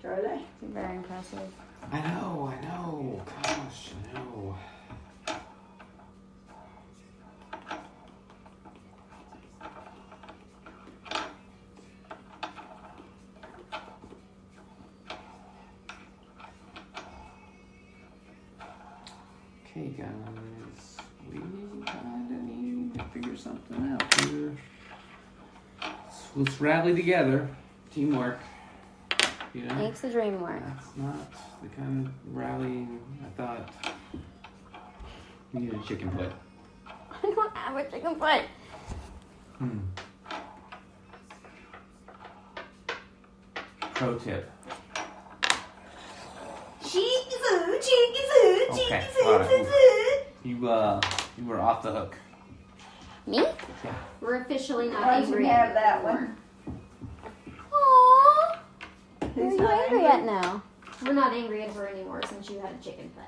S4: Charlie?
S2: Very impressive.
S3: I know, I know. Gosh, I know. Okay, guys, we kind of need to figure something out here. So let's rally together, teamwork. You know,
S2: Makes the dream work.
S3: that's not the kind of rallying I thought. We need a chicken foot.
S2: I don't have a chicken foot.
S3: Hmm. Pro tip.
S4: Cheeky-foo, cheeky-foo,
S3: Okay,
S4: cheeky-foo,
S3: alright.
S4: foo-foo.
S3: You uh, you were off the hook.
S2: Me?
S1: We're officially not
S4: Why don't
S1: angry.
S4: you have that one?
S2: Aww. Who's
S4: Who's
S2: you
S4: not
S2: angry at now?
S1: We're not angry at her anymore since you had a chicken foot.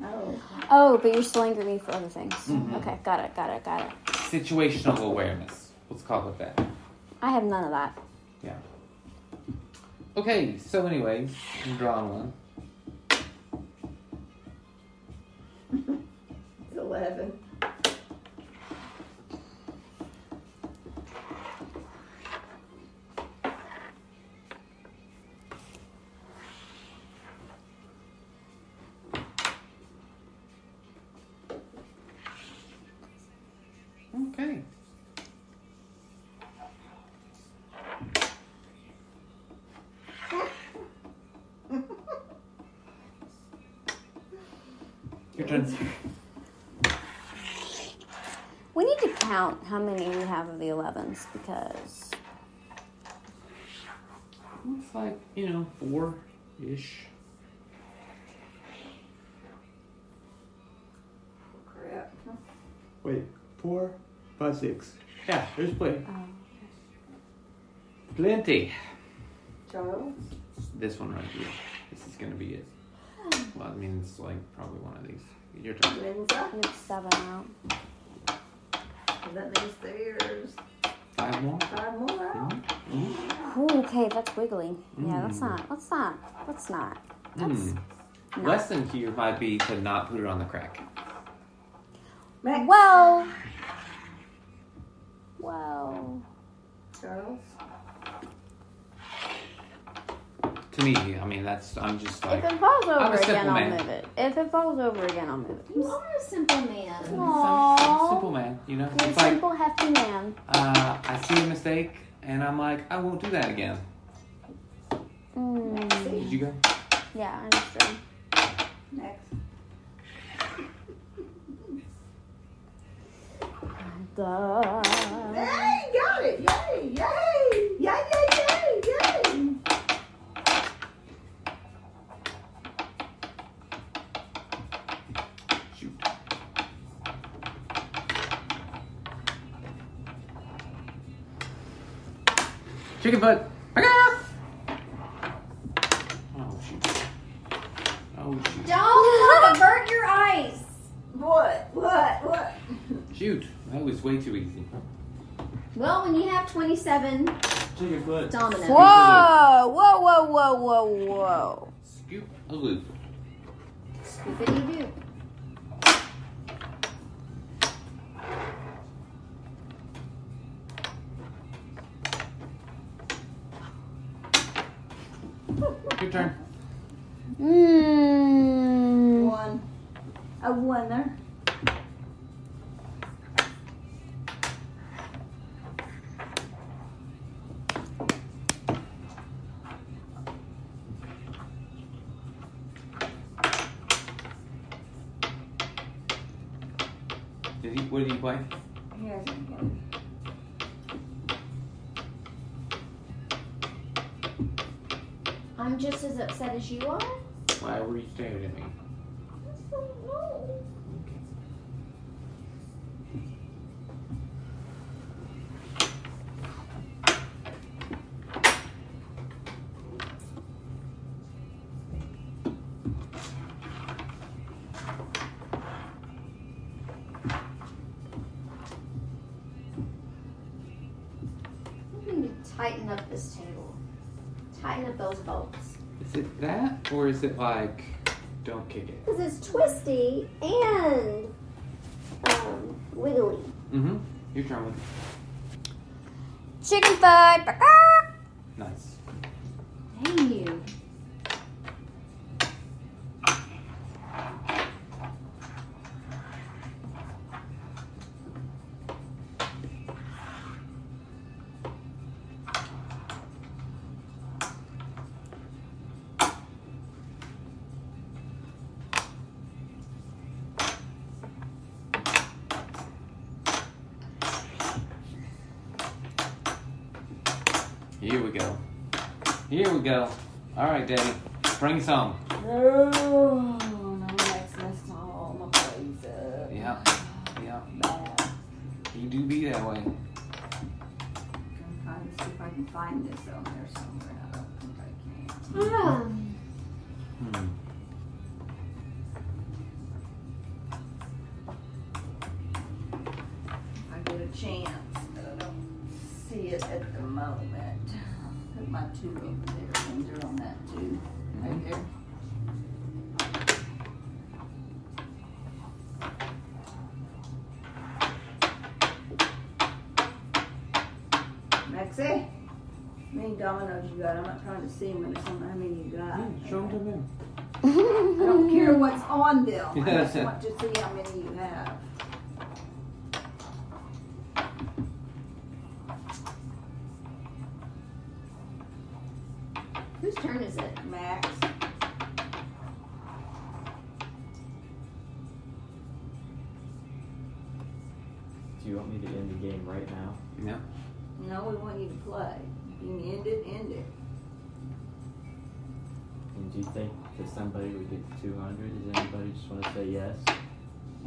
S4: No.
S2: Oh, but you're still angry at me for other things.
S3: Mhm.
S2: Okay, got it, got it, got it.
S3: Situational awareness. Let's call it that.
S2: I have none of that.
S3: Okay, so anyways, I'm drawing one.
S4: It's eleven.
S3: Okay. Your turn.
S2: We need to count how many we have of the 11s because
S3: It's like, you know, four ish.
S4: Crap.
S6: Wait, four, five, six.
S3: Yeah, there's plenty.
S2: um,
S3: Plenty.
S4: Charles?
S3: This one right here. This is gonna be it. Well, I mean, it's like probably one of these. Your turn.
S4: Linda?
S2: it's seven out.
S4: That means there's
S3: Five more.
S4: five more out.
S2: Ooh, okay, that's wiggly. Yeah, that's
S3: Mm.
S2: not. That's not. That's not. That's
S3: Hmm. Lesson here might be to not put it on the crack.
S4: Max?
S2: Well. Well.
S4: Charles?
S3: To me, I mean, that's, I'm just like,
S2: If it falls
S3: I'm
S2: over
S3: a simple
S2: again, I'll
S3: man.
S2: move it. If it falls over again, I'll move it.
S1: You are a simple man.
S2: Aww.
S3: simple man, you know?
S2: You're a
S3: It's like,
S2: simple, hefty man.
S3: uh, I see a mistake and I'm like, I won't do that again.
S2: Mm.
S3: Did you go?
S2: Yeah, I understand.
S4: Max?
S2: Duh.
S4: Hey, got it! Yay! Yay! Yay! Yay! Yay! Yay!
S3: Shoot. Chicken foot. Ah! Oh, shoot. Oh, shoot.
S1: Don't avert your eyes.
S4: What? What? What?
S3: Shoot. That was way too easy.
S1: Well, when you have 27
S6: Chicken foot.
S1: dominant.
S2: Whoa! Whoa! Whoa! Whoa! Whoa! Whoa!
S3: Scoop Oh, a loop.
S1: Scoopity doo.
S3: Your turn.
S2: Mmm.
S4: One. A winner.
S3: Did he, what did he play?
S4: Here's
S1: I'm just as upset as you are.
S3: Why were you staring at me?
S1: We need to tighten up this table. Tighten up those bolts.
S3: Is it that or is it like, don't kick it?
S1: Because it's twisty and um, wiggly.
S3: Mm hmm. Your turn. Luke.
S2: Chicken foot.
S3: Nice.
S1: Dang you.
S3: Here we go. Here we go. All right, Daddy. Bring us home.
S4: Oh, No, no, that's messed all my plays up.
S3: Yeah. Yeah.
S4: Bad.
S3: You do be that way.
S4: I'm trying to see if I can find this on there somewhere. I don't think I can.
S1: Ah.
S3: Hmm.
S4: I get a chance, but I don't see it at the moment. Put my two over there, and they're on that two, right there. Maxie, how many dominoes you got? I'm not trying to see them, I just want to know how many you got.
S3: Show 'em to me.
S4: I don't care what's on them, I just want to see how many you have.
S1: Whose turn is it?
S4: Max.
S5: Do you want me to end the game right now?
S4: No, we want you to play. If you can end it, end it.
S5: And do you think that somebody would get to 200? Does anybody just want to say yes?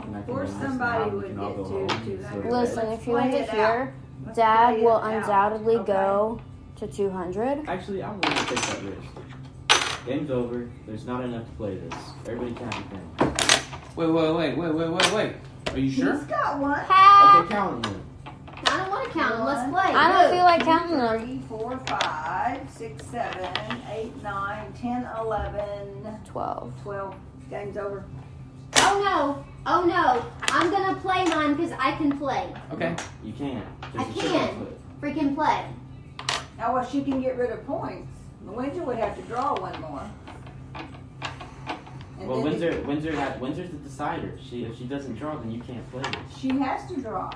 S5: And I
S4: Of
S5: can
S4: course
S5: end this now,
S4: somebody
S5: we
S4: would
S5: can
S4: get
S5: all
S4: to
S5: go home and
S4: two
S5: see what
S4: hundred.
S2: Listen, if you
S4: Play
S2: want to
S4: it out.
S2: hear,
S4: Let's
S2: Dad
S4: play it
S2: will
S4: out.
S2: undoubtedly
S4: Okay.
S2: go to 200.
S5: Actually, I'm willing to take that risk. Game's over. There's not enough to play this. Everybody count your thing.
S3: Wait, wait, wait, wait, wait, wait, wait. Are you
S4: He's
S3: sure?
S4: got one.
S2: Ha!
S1: Oh.
S5: Okay, count them.
S1: I don't want to count them.
S4: One.
S1: Let's play.
S2: I don't feel like counting them.
S4: Three, four, five, six, seven, eight, nine, ten, eleven,
S2: 12.
S4: twelve. Game's over.
S1: Oh no! Oh no! I'm gonna play mine because I can play.
S3: Okay.
S5: You can't.
S1: I
S5: There's a
S1: can.
S5: chicken foot.
S1: Freaking play.
S4: Now, well, she can get rid of points. Melinda would have to draw one more. And
S5: Well,
S4: then the-
S5: Windsor, Windsor, had, Windsor's the decider. She, if she doesn't draw, then you can't play this.
S4: She has to draw.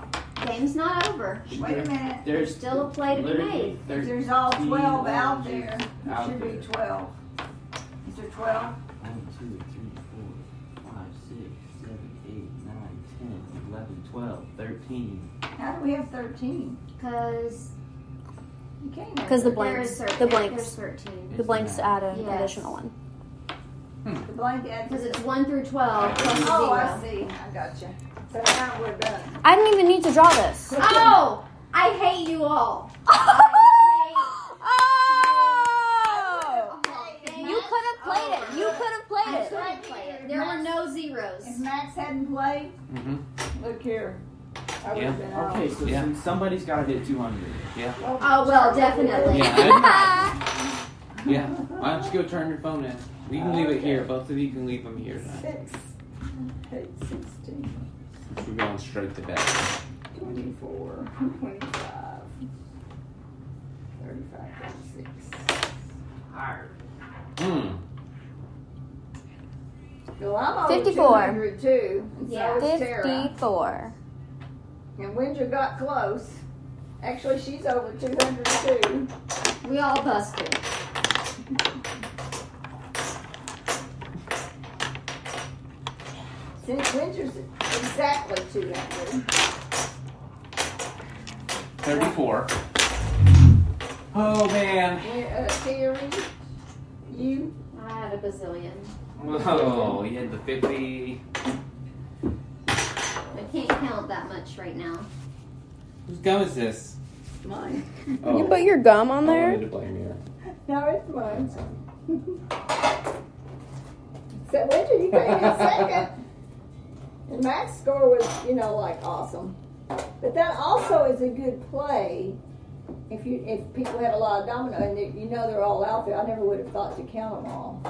S1: Game's not over.
S4: Wait a minute.
S5: There's
S1: Still a play to be
S5: literally
S1: made.
S5: thir-
S4: There's all
S5: Thirteen
S4: twelve out
S5: oranges
S4: there. There
S5: out
S4: should be
S5: there.
S4: twelve. Is there twelve?
S5: One, two, three, four, five, six, seven, eight, nine, ten, eleven, twelve, thirteen.
S4: How do we have thirteen?
S1: Cause
S4: You can't. have
S2: 'Cause the
S4: 13.
S1: there is
S2: blanks.
S1: thir-
S2: The blanks.
S1: There's thirteen.
S2: The blanks add an
S1: Yes.
S2: additional one.
S4: The blank adds.
S1: Because it's one through twelve plus
S4: Oh, I see.
S1: zero.
S4: I gotcha. So now we're done.
S2: I didn't even need to draw this.
S1: Oh! I hate you all.
S2: Oh! You could have played it. You could have
S1: Oh, I
S2: played
S1: could
S2: it.
S1: have played it. There were no zeros.
S4: If Max hadn't played,
S3: Mm-hmm.
S4: look here. I would
S3: Yeah.
S4: have been out.
S5: Okay, so
S3: Yeah.
S5: some- somebody's got to hit 200.
S1: Oh well, definitely.
S3: Yeah. I- yeah. Why don't you go turn your phone in? We can leave it here. Both of you can leave them here.
S4: Six. Eight, sixteen,
S3: We're going straight to bed.
S4: twenty-four, twenty-five, thirty-five, thirty-six. Hard.
S3: Hmm.
S4: Well, I'm over
S2: 54.
S4: 200 too. And
S1: Yeah.
S4: So is Tara.
S2: 54.
S4: And Windsor got close. Actually, she's over 200 too.
S1: We all busted.
S4: Since Windsor's exactly 200.
S3: 34. Oh, man.
S4: Yeah, uh, Terry, you.
S1: I had a bazillion.
S3: Whoa, you had the 50.
S1: I can't count that much right now.
S3: Whose gum is this?
S4: Mine.
S3: Oh,
S2: your gum on
S3: I wanted to blame you.
S4: No, it's mine.
S3: That's all.
S4: So Windsor, you came in second. And Max's score was, you know, like awesome. But that also is a good play. If you if people had a lot of domino and they, you know they're all out there, I never would have thought to count them all.